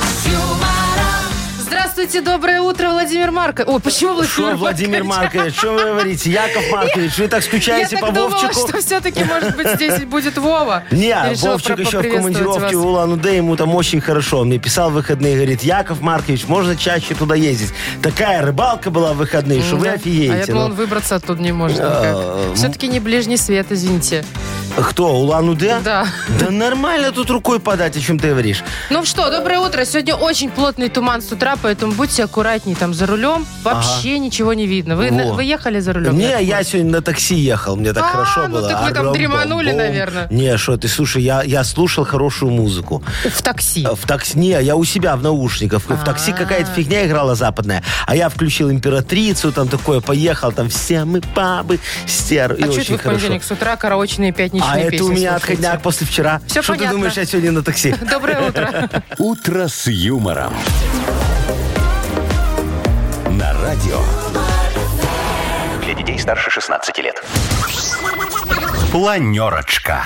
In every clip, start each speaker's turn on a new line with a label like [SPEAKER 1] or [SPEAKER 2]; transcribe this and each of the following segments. [SPEAKER 1] Здравствуйте, доброе утро, Владимир Марко. Ой, почему Владимир
[SPEAKER 2] Что, Владимир Маркович, что вы говорите? Яков Маркович, вы так
[SPEAKER 1] Я
[SPEAKER 2] скучаете по
[SPEAKER 1] так думала,
[SPEAKER 2] Вовчику?
[SPEAKER 1] что все-таки, может быть, здесь будет Вова.
[SPEAKER 2] Не,
[SPEAKER 1] Решила
[SPEAKER 2] Вовчик
[SPEAKER 1] про-
[SPEAKER 2] еще в
[SPEAKER 1] поприветствовать
[SPEAKER 2] командировке
[SPEAKER 1] вас.
[SPEAKER 2] в Улан-Удэ, ему там очень хорошо. Он мне писал в выходные, говорит, Яков Маркович, можно чаще туда ездить? Такая рыбалка была в выходные, что вы
[SPEAKER 1] Да.
[SPEAKER 2] офигеете.
[SPEAKER 1] А я думала,
[SPEAKER 2] Ну,
[SPEAKER 1] он выбраться оттуда не может
[SPEAKER 2] Э,
[SPEAKER 1] никак. Все-таки не ближний свет, извините.
[SPEAKER 2] Кто, Улан-Удэ?
[SPEAKER 1] Да.
[SPEAKER 2] Да нормально тут рукой подать, о чем ты говоришь.
[SPEAKER 1] Ну что, доброе утро. Сегодня очень плотный туман с утра, поэтому будьте аккуратней там за рулем. Вообще ничего не видно. Вы, на-
[SPEAKER 2] Во.
[SPEAKER 1] вы ехали за рулем?
[SPEAKER 2] Не,
[SPEAKER 1] Яков
[SPEAKER 2] я сегодня на такси ехал, мне так
[SPEAKER 1] А,
[SPEAKER 2] хорошо
[SPEAKER 1] ну
[SPEAKER 2] было.
[SPEAKER 1] так вы там
[SPEAKER 2] Аром-бом-бом.
[SPEAKER 1] дреманули, наверное.
[SPEAKER 2] Не, что ты, слушай, я, я слушал хорошую музыку.
[SPEAKER 1] В такси.
[SPEAKER 2] Э, В такси, не, я у себя в наушниках. В
[SPEAKER 1] А.
[SPEAKER 2] такси какая-то фигня играла западная. А я включил императрицу, там такое, поехал, там все мы пабы, стеры. И
[SPEAKER 1] А чуть
[SPEAKER 2] очень
[SPEAKER 1] вы в
[SPEAKER 2] хорошо.
[SPEAKER 1] понедельник с утра караочные пятничные
[SPEAKER 2] А
[SPEAKER 1] песни
[SPEAKER 2] это у меня
[SPEAKER 1] слушаете?
[SPEAKER 2] отходняк после вчера.
[SPEAKER 1] Всё
[SPEAKER 2] Что
[SPEAKER 1] понятно.
[SPEAKER 2] ты думаешь, я сегодня на такси?
[SPEAKER 1] Доброе утро.
[SPEAKER 3] «Утро с юмором». На радио. Для детей старше 16 лет. Планерочка.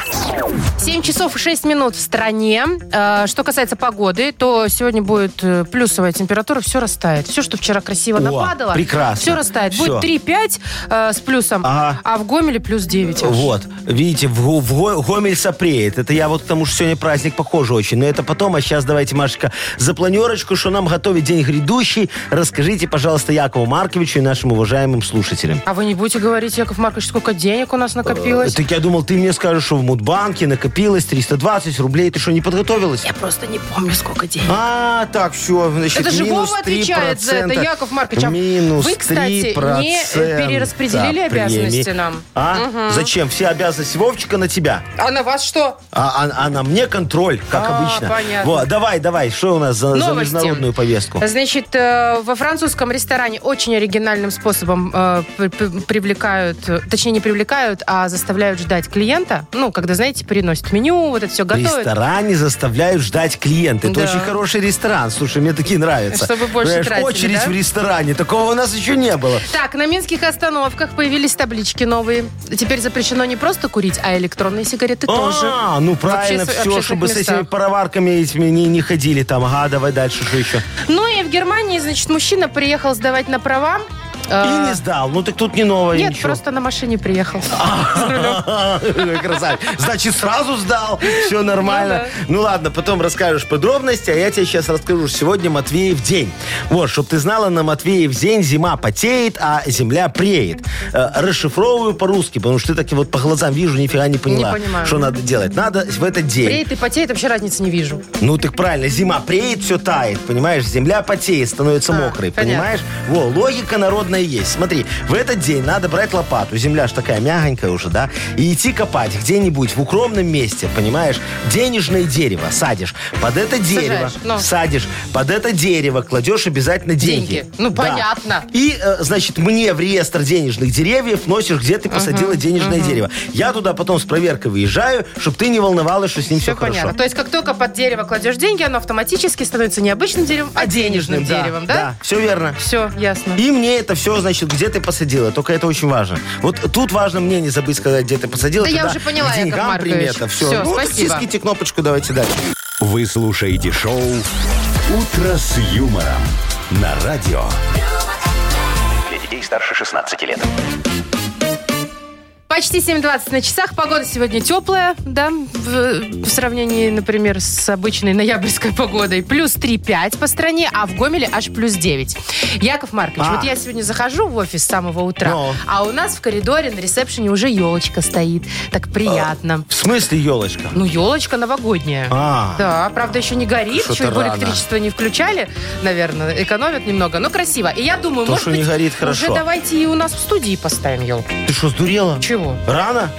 [SPEAKER 1] 7 часов и 6 минут в стране. Э, Что касается погоды, то сегодня будет э, плюсовая температура, все растает. Все, что вчера красиво
[SPEAKER 2] О,
[SPEAKER 1] нападало,
[SPEAKER 2] прекрасно.
[SPEAKER 1] все растает.
[SPEAKER 2] Всё.
[SPEAKER 1] Будет 3-5 э, с плюсом,
[SPEAKER 2] Ага.
[SPEAKER 1] а в Гомеле плюс 9.
[SPEAKER 2] Вот, видите, в, Го- в Го- Гомель сопреет. Это я вот к тому, что сегодня праздник похож очень. Но это потом, а сейчас давайте, Машечка, за планерочку, что нам готовит день грядущий, расскажите, пожалуйста, Якову Марковичу и нашим уважаемым слушателям.
[SPEAKER 1] А вы не будете говорить, Яков Маркович, сколько денег у нас накопилось?
[SPEAKER 2] Так я думал, Э, ты мне скажешь, что в Мудбанке накопилось 320 рублей. Ты что, не подготовилась?
[SPEAKER 1] Я просто не помню, сколько денег.
[SPEAKER 2] А, так, все, значит,
[SPEAKER 1] Это же
[SPEAKER 2] минус
[SPEAKER 1] Вова отвечает за это,
[SPEAKER 2] 3%.
[SPEAKER 1] Яков Маркович. А
[SPEAKER 2] Минус
[SPEAKER 1] вы, кстати,
[SPEAKER 2] 3%
[SPEAKER 1] не перераспределили обязанности
[SPEAKER 2] премии.
[SPEAKER 1] нам?
[SPEAKER 2] А? Зачем? Все обязанности Вовчика на тебя.
[SPEAKER 1] А на вас что?
[SPEAKER 2] А, а- а на мне контроль, как
[SPEAKER 1] А,
[SPEAKER 2] обычно.
[SPEAKER 1] понятно.
[SPEAKER 2] Вот, давай, давай, что у нас за, за
[SPEAKER 1] Новости.
[SPEAKER 2] международную повестку?
[SPEAKER 1] Значит, э, во французском ресторане очень оригинальным способом э, при- при- привлекают, э, точнее не привлекают, а заставляют ждать клиента. Ну, когда, знаете, приносят меню, вот это все
[SPEAKER 2] В
[SPEAKER 1] готовят.
[SPEAKER 2] ресторане заставляют ждать клиента. Это
[SPEAKER 1] Да.
[SPEAKER 2] очень хороший ресторан. Слушай, мне такие нравятся.
[SPEAKER 1] Чтобы больше
[SPEAKER 2] Знаешь,
[SPEAKER 1] тратили,
[SPEAKER 2] очередь
[SPEAKER 1] да?
[SPEAKER 2] в ресторане. Такого у нас еще не было.
[SPEAKER 1] Так, на минских остановках появились таблички новые. Теперь запрещено не просто курить, а электронные сигареты тоже.
[SPEAKER 2] А, ну
[SPEAKER 1] обществе-
[SPEAKER 2] правильно, все,
[SPEAKER 1] общественных
[SPEAKER 2] чтобы с этими
[SPEAKER 1] местах.
[SPEAKER 2] пароварками этими не, не ходили там. Ага, давай дальше, что еще?
[SPEAKER 1] Ну и в Германии, значит, мужчина приехал сдавать на права.
[SPEAKER 2] И
[SPEAKER 1] Э,
[SPEAKER 2] не сдал. Ну так тут не новое
[SPEAKER 1] Нет,
[SPEAKER 2] ничего.
[SPEAKER 1] просто на машине приехал.
[SPEAKER 2] Красавец. Значит, сразу сдал. Все нормально. Ну ладно, потом расскажешь подробности, а я тебе сейчас расскажу. что Сегодня Матвеев день. Вот, чтобы ты знала, на Матвеев день зима потеет, а земля преет. Э, Расшифровываю по-русски, потому что ты так вот по глазам вижу, нифига не поняла,
[SPEAKER 1] Не понимаю.
[SPEAKER 2] что надо делать. Надо в этот день.
[SPEAKER 1] Приедет и потеет, вообще разницы не вижу.
[SPEAKER 2] Ну, так правильно, зима преет, все тает, понимаешь? Земля потеет, становится
[SPEAKER 1] А,
[SPEAKER 2] мокрой,
[SPEAKER 1] понятно.
[SPEAKER 2] понимаешь? Во, логика народная есть. Смотри, в этот день надо брать лопату, земля ж такая мягонькая уже, да? И идти копать где-нибудь в укромном месте, понимаешь? Денежное дерево садишь, под это дерево
[SPEAKER 1] Сажаешь, ну.
[SPEAKER 2] садишь, под это дерево кладешь обязательно деньги.
[SPEAKER 1] Деньги. Ну,
[SPEAKER 2] Да.
[SPEAKER 1] понятно.
[SPEAKER 2] И, э, значит, мне в реестр денежных деревьев носишь, где ты посадила денежное дерево. Я туда потом с проверкой выезжаю, чтобы ты не волновалась, что с ним все,
[SPEAKER 1] Все
[SPEAKER 2] хорошо.
[SPEAKER 1] понятно. То есть, как только под дерево кладешь деньги, оно автоматически становится не обычным деревом, а денежным деревом, да?
[SPEAKER 2] все верно.
[SPEAKER 1] Все, ясно.
[SPEAKER 2] И мне это все, значит, где ты посадила. Только это очень важно. Вот тут важно мне не забыть сказать, где ты посадила.
[SPEAKER 1] Да я
[SPEAKER 2] Тогда
[SPEAKER 1] уже поняла,
[SPEAKER 2] к
[SPEAKER 1] Яков
[SPEAKER 2] деньгам
[SPEAKER 1] Маркович.
[SPEAKER 2] примета. Все,
[SPEAKER 1] Всё,
[SPEAKER 2] ну,
[SPEAKER 1] спасибо.
[SPEAKER 2] тиските кнопочку, давайте дальше.
[SPEAKER 3] Вы слушаете шоу «Утро с юмором» на радио. Для детей старше 16 лет.
[SPEAKER 1] Почти 7.20 на часах. Погода сегодня теплая, да, в, в сравнении, например, с обычной ноябрьской погодой. Плюс 3,5 по стране, а в Гомеле аж плюс 9. Яков Маркович,
[SPEAKER 2] А.
[SPEAKER 1] вот я сегодня захожу в офис с самого утра,
[SPEAKER 2] Ну.
[SPEAKER 1] а у нас в коридоре на ресепшене уже елочка стоит. Так приятно.
[SPEAKER 2] В смысле, елочка?
[SPEAKER 1] Ну, елочка новогодняя.
[SPEAKER 2] А.
[SPEAKER 1] Да, правда, еще не горит,
[SPEAKER 2] Что-то
[SPEAKER 1] еще и
[SPEAKER 2] рано.
[SPEAKER 1] электричество не включали, наверное, экономят немного, но красиво. И я думаю,
[SPEAKER 2] То,
[SPEAKER 1] может
[SPEAKER 2] что
[SPEAKER 1] быть,
[SPEAKER 2] не горит,
[SPEAKER 1] уже
[SPEAKER 2] хорошо.
[SPEAKER 1] давайте и у нас в студии поставим елку.
[SPEAKER 2] Ты что, сдурела?
[SPEAKER 1] Чего?
[SPEAKER 2] Рано?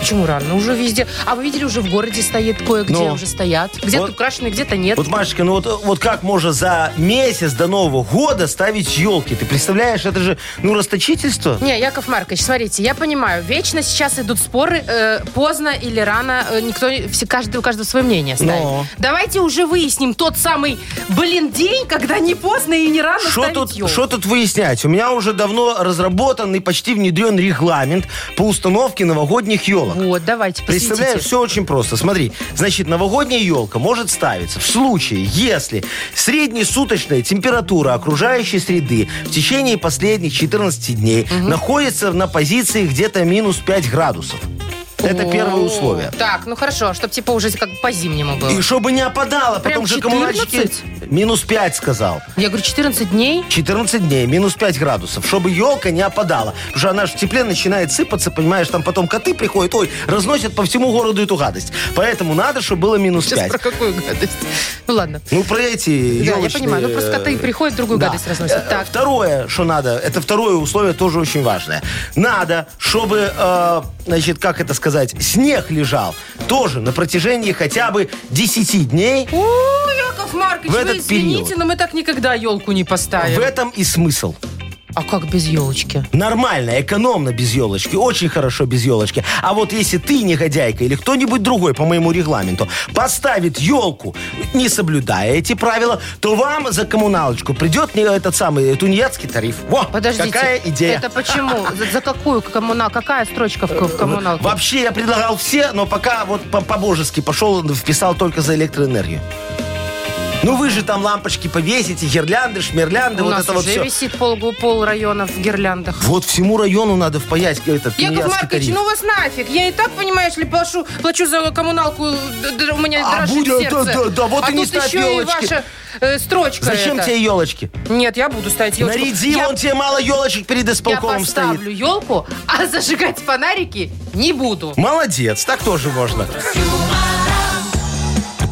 [SPEAKER 1] Почему рано? Уже везде. А вы видели, уже в городе стоит кое-где,
[SPEAKER 2] Ну.
[SPEAKER 1] уже стоят. Где-то
[SPEAKER 2] Вот.
[SPEAKER 1] украшены, где-то нет.
[SPEAKER 2] Вот, Машечка, ну вот, вот как можно за месяц до Нового года ставить елки? Ты представляешь, это же, ну, расточительство.
[SPEAKER 1] Не, Яков Маркович, смотрите, я понимаю, вечно сейчас идут споры, э, поздно или рано, э, никто, не- все, каждый, у каждого свое мнение ставит.
[SPEAKER 2] Но.
[SPEAKER 1] Давайте уже выясним тот самый, блин, день, когда не поздно и не рано
[SPEAKER 2] Что
[SPEAKER 1] ставить
[SPEAKER 2] тут,
[SPEAKER 1] елку.
[SPEAKER 2] шо тут выяснять? У меня уже давно разработан и почти внедрен регламент по установке новогодних елок.
[SPEAKER 1] Вот, давайте,
[SPEAKER 2] Представляешь,
[SPEAKER 1] посвятите.
[SPEAKER 2] все очень просто. Смотри, значит, новогодняя елка может ставиться в случае, если среднесуточная температура окружающей среды в течение последних 14 дней находится на позиции где-то минус 5 градусов. Это первое
[SPEAKER 1] О,
[SPEAKER 2] условие.
[SPEAKER 1] Так, ну хорошо, чтобы типа уже как по-зимнему было.
[SPEAKER 2] И чтобы не опадало,
[SPEAKER 1] Прям
[SPEAKER 2] потом же коммунальщики...
[SPEAKER 1] 14?
[SPEAKER 2] Минус 5 сказал.
[SPEAKER 1] Я говорю, 14 дней?
[SPEAKER 2] 14 дней, минус 5 градусов, чтобы елка не опадала. Потому что она же в тепле начинает сыпаться, понимаешь, там потом коты приходят, ой, разносят по всему городу эту гадость. Поэтому надо, чтобы было минус
[SPEAKER 1] Сейчас
[SPEAKER 2] 5.
[SPEAKER 1] про какую гадость? Ну ладно.
[SPEAKER 2] Ну, про эти
[SPEAKER 1] Да, я
[SPEAKER 2] елочные,
[SPEAKER 1] понимаю. Ну просто коты
[SPEAKER 2] э,
[SPEAKER 1] приходят, другую
[SPEAKER 2] да.
[SPEAKER 1] гадость разносят.
[SPEAKER 2] Э,
[SPEAKER 1] Так.
[SPEAKER 2] Второе, что надо, это второе условие тоже очень важное. Надо, чтобы, э, значит, как это сказать, снег лежал тоже на протяжении хотя бы 10 дней.
[SPEAKER 1] О, Яков Маркович,
[SPEAKER 2] В
[SPEAKER 1] вы
[SPEAKER 2] этот
[SPEAKER 1] извините,
[SPEAKER 2] период.
[SPEAKER 1] но мы так никогда елку не поставим.
[SPEAKER 2] В э- этом и смысл.
[SPEAKER 1] А как без елочки?
[SPEAKER 2] Нормально, экономно без елочки, очень хорошо без елочки. А вот если ты, негодяйка, или кто-нибудь другой по моему регламенту, поставит елку, не соблюдая эти правила, то вам за коммуналочку придет не этот самый э, тунеядский тариф. Во,
[SPEAKER 1] Подождите.
[SPEAKER 2] какая идея. Э,
[SPEAKER 1] Это почему? За, за какую коммунал? Какая строчка в, ко- в коммуналке?
[SPEAKER 2] Вообще я предлагал все, но пока вот по- по-божески пошел, вписал только за электроэнергию. Ну вы же там лампочки повесите, гирлянды, шмирлянды,
[SPEAKER 1] У
[SPEAKER 2] вот
[SPEAKER 1] нас
[SPEAKER 2] это вот
[SPEAKER 1] уже
[SPEAKER 2] все.
[SPEAKER 1] висит пол, пол района в гирляндах.
[SPEAKER 2] Вот всему району надо впаять э,
[SPEAKER 1] Яков
[SPEAKER 2] этот тунеядский
[SPEAKER 1] Маркович,
[SPEAKER 2] тариф.
[SPEAKER 1] ну вас нафиг. Я и так, понимаешь, ли плачу, плачу за коммуналку, д- д- у меня
[SPEAKER 2] А
[SPEAKER 1] дрожит
[SPEAKER 2] будет, да,
[SPEAKER 1] сердце.
[SPEAKER 2] да, да, вот
[SPEAKER 1] а
[SPEAKER 2] и не
[SPEAKER 1] тут
[SPEAKER 2] ставь
[SPEAKER 1] еще и
[SPEAKER 2] елочки.
[SPEAKER 1] ваша э, строчка
[SPEAKER 2] Зачем
[SPEAKER 1] эта.
[SPEAKER 2] тебе елочки?
[SPEAKER 1] Нет, я буду ставить елочку.
[SPEAKER 2] Наряди,
[SPEAKER 1] я,
[SPEAKER 2] вон тебе мало елочек перед
[SPEAKER 1] я
[SPEAKER 2] исполкомом стоит.
[SPEAKER 1] поставлю елку, а зажигать фонарики не буду.
[SPEAKER 2] Молодец, так тоже можно.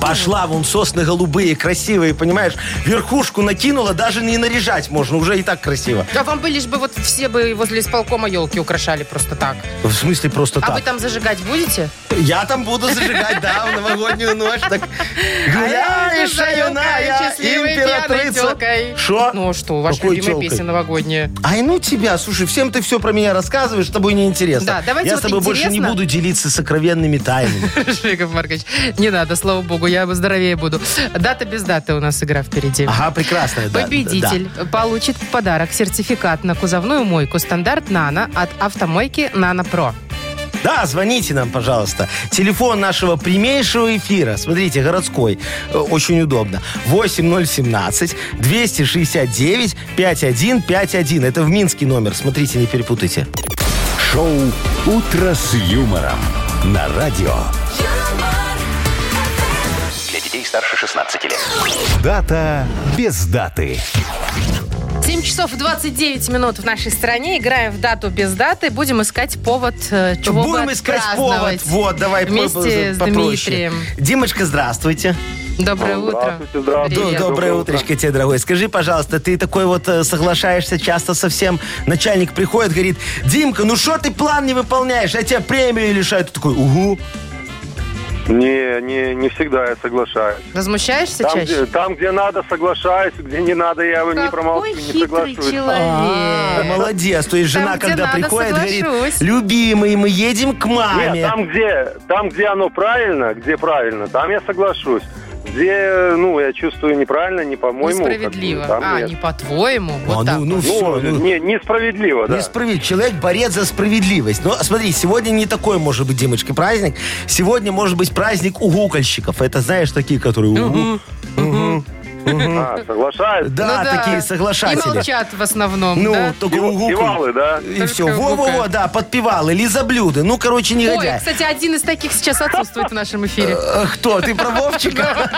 [SPEAKER 2] Пошла вон сосно-голубые, красивые, понимаешь? Верхушку накинула, даже не наряжать можно, уже и так красиво.
[SPEAKER 1] А вам бы лишь бы вот все бы возле исполкома елки украшали просто так.
[SPEAKER 2] В смысле просто
[SPEAKER 1] А вы
[SPEAKER 2] так.
[SPEAKER 1] там зажигать будете?
[SPEAKER 2] Я там буду зажигать, да, в новогоднюю ночь. Так гуляешь,
[SPEAKER 1] за
[SPEAKER 2] юная
[SPEAKER 1] А счастливой пьяной
[SPEAKER 2] императрица.
[SPEAKER 1] тёлкой.
[SPEAKER 2] Шо?
[SPEAKER 1] Ну что, ваша
[SPEAKER 2] Какой
[SPEAKER 1] любимая
[SPEAKER 2] тёлкой?
[SPEAKER 1] песня новогодняя.
[SPEAKER 2] Ай, ну тебя, слушай, всем ты все про меня рассказываешь, с тобой неинтересно.
[SPEAKER 1] Да, давайте
[SPEAKER 2] Я
[SPEAKER 1] вот
[SPEAKER 2] с тобой больше не
[SPEAKER 1] интересно.
[SPEAKER 2] буду делиться сокровенными тайнами.
[SPEAKER 1] Яков Маркович, не надо, слава богу, я здоровее буду. Дата без даты у нас игра впереди.
[SPEAKER 2] Ага, прекрасно. да, да, да.
[SPEAKER 1] Победитель получит в подарок сертификат на кузовную мойку стандарт «Нано» от автомойки «Нано Про».
[SPEAKER 2] Да, звоните нам, пожалуйста. Телефон нашего прямейшего эфира, смотрите, городской, э, очень удобно. 8017-269-5151. Это в Минский номер, смотрите, не перепутайте.
[SPEAKER 3] Шоу «Утро с юмором» на радио.
[SPEAKER 4] Для детей старше 16 лет.
[SPEAKER 3] Дата без даты.
[SPEAKER 1] 7 часов 29 минут в нашей стране. Играем в дату без даты. Будем искать повод, э, чего
[SPEAKER 2] Будем
[SPEAKER 1] бы
[SPEAKER 2] искать повод.
[SPEAKER 1] отпраздновать.
[SPEAKER 2] Вот, давай по-
[SPEAKER 1] Вместе с
[SPEAKER 2] попроще.
[SPEAKER 1] Дмитрием.
[SPEAKER 2] Димочка, здравствуйте.
[SPEAKER 1] Доброе утро.
[SPEAKER 5] Здравствуйте, здравствуйте.
[SPEAKER 2] Д-
[SPEAKER 1] Привет.
[SPEAKER 2] Доброе утречко тебе, дорогой. Скажи, пожалуйста, ты такой вот э, соглашаешься часто со всем. Начальник приходит, говорит, Димка, ну что ты план не выполняешь? Я тебя премию лишаю. Ты такой, угу.
[SPEAKER 5] Не, не, не всегда я соглашаюсь.
[SPEAKER 1] Возмущаешься
[SPEAKER 5] Там
[SPEAKER 1] чаще?
[SPEAKER 5] где, там, где надо, соглашаюсь, где не надо, я не
[SPEAKER 1] Какой
[SPEAKER 5] промолчу, не
[SPEAKER 1] хитрый
[SPEAKER 5] соглашусь.
[SPEAKER 2] А,
[SPEAKER 1] человек.
[SPEAKER 2] молодец. То есть
[SPEAKER 1] Там,
[SPEAKER 2] жена,
[SPEAKER 1] где
[SPEAKER 2] когда
[SPEAKER 1] надо,
[SPEAKER 2] приходит, говорит,
[SPEAKER 1] соглашусь.
[SPEAKER 2] любимый, мы едем к
[SPEAKER 5] Нет,
[SPEAKER 2] маме.
[SPEAKER 5] там где, там, где оно правильно, где правильно, там я соглашусь. Где, ну, я чувствую неправильно, не по-моему. как бы,
[SPEAKER 1] Несправедливо.
[SPEAKER 5] там
[SPEAKER 1] а,
[SPEAKER 5] нет.
[SPEAKER 1] не по-твоему. Вот
[SPEAKER 2] А,
[SPEAKER 1] так.
[SPEAKER 2] ну, ну
[SPEAKER 5] Ну,
[SPEAKER 2] все, ну,
[SPEAKER 5] не, несправедливо, да.
[SPEAKER 2] Несправед- Человек борец за справедливость. Но смотри, сегодня не такой может быть, Димочка, праздник. Сегодня может быть праздник угукольщиков. Это знаешь, такие, которые угу.
[SPEAKER 5] А, соглашаюсь.
[SPEAKER 2] Да,
[SPEAKER 1] Ну да.
[SPEAKER 2] такие соглашатели.
[SPEAKER 1] И молчат в основном,
[SPEAKER 2] Ну,
[SPEAKER 1] да?
[SPEAKER 2] только
[SPEAKER 5] И-
[SPEAKER 2] угукают.
[SPEAKER 5] Ивалы, да?
[SPEAKER 2] И
[SPEAKER 1] Только
[SPEAKER 2] все. Во-во-во,
[SPEAKER 1] угукают.
[SPEAKER 2] да, подпевал. Лизоблюды. Ну, короче,
[SPEAKER 1] Ой,
[SPEAKER 2] негодяй.
[SPEAKER 1] кстати, один из таких сейчас отсутствует в нашем эфире.
[SPEAKER 2] Э, Кто? Ты про Вовчика?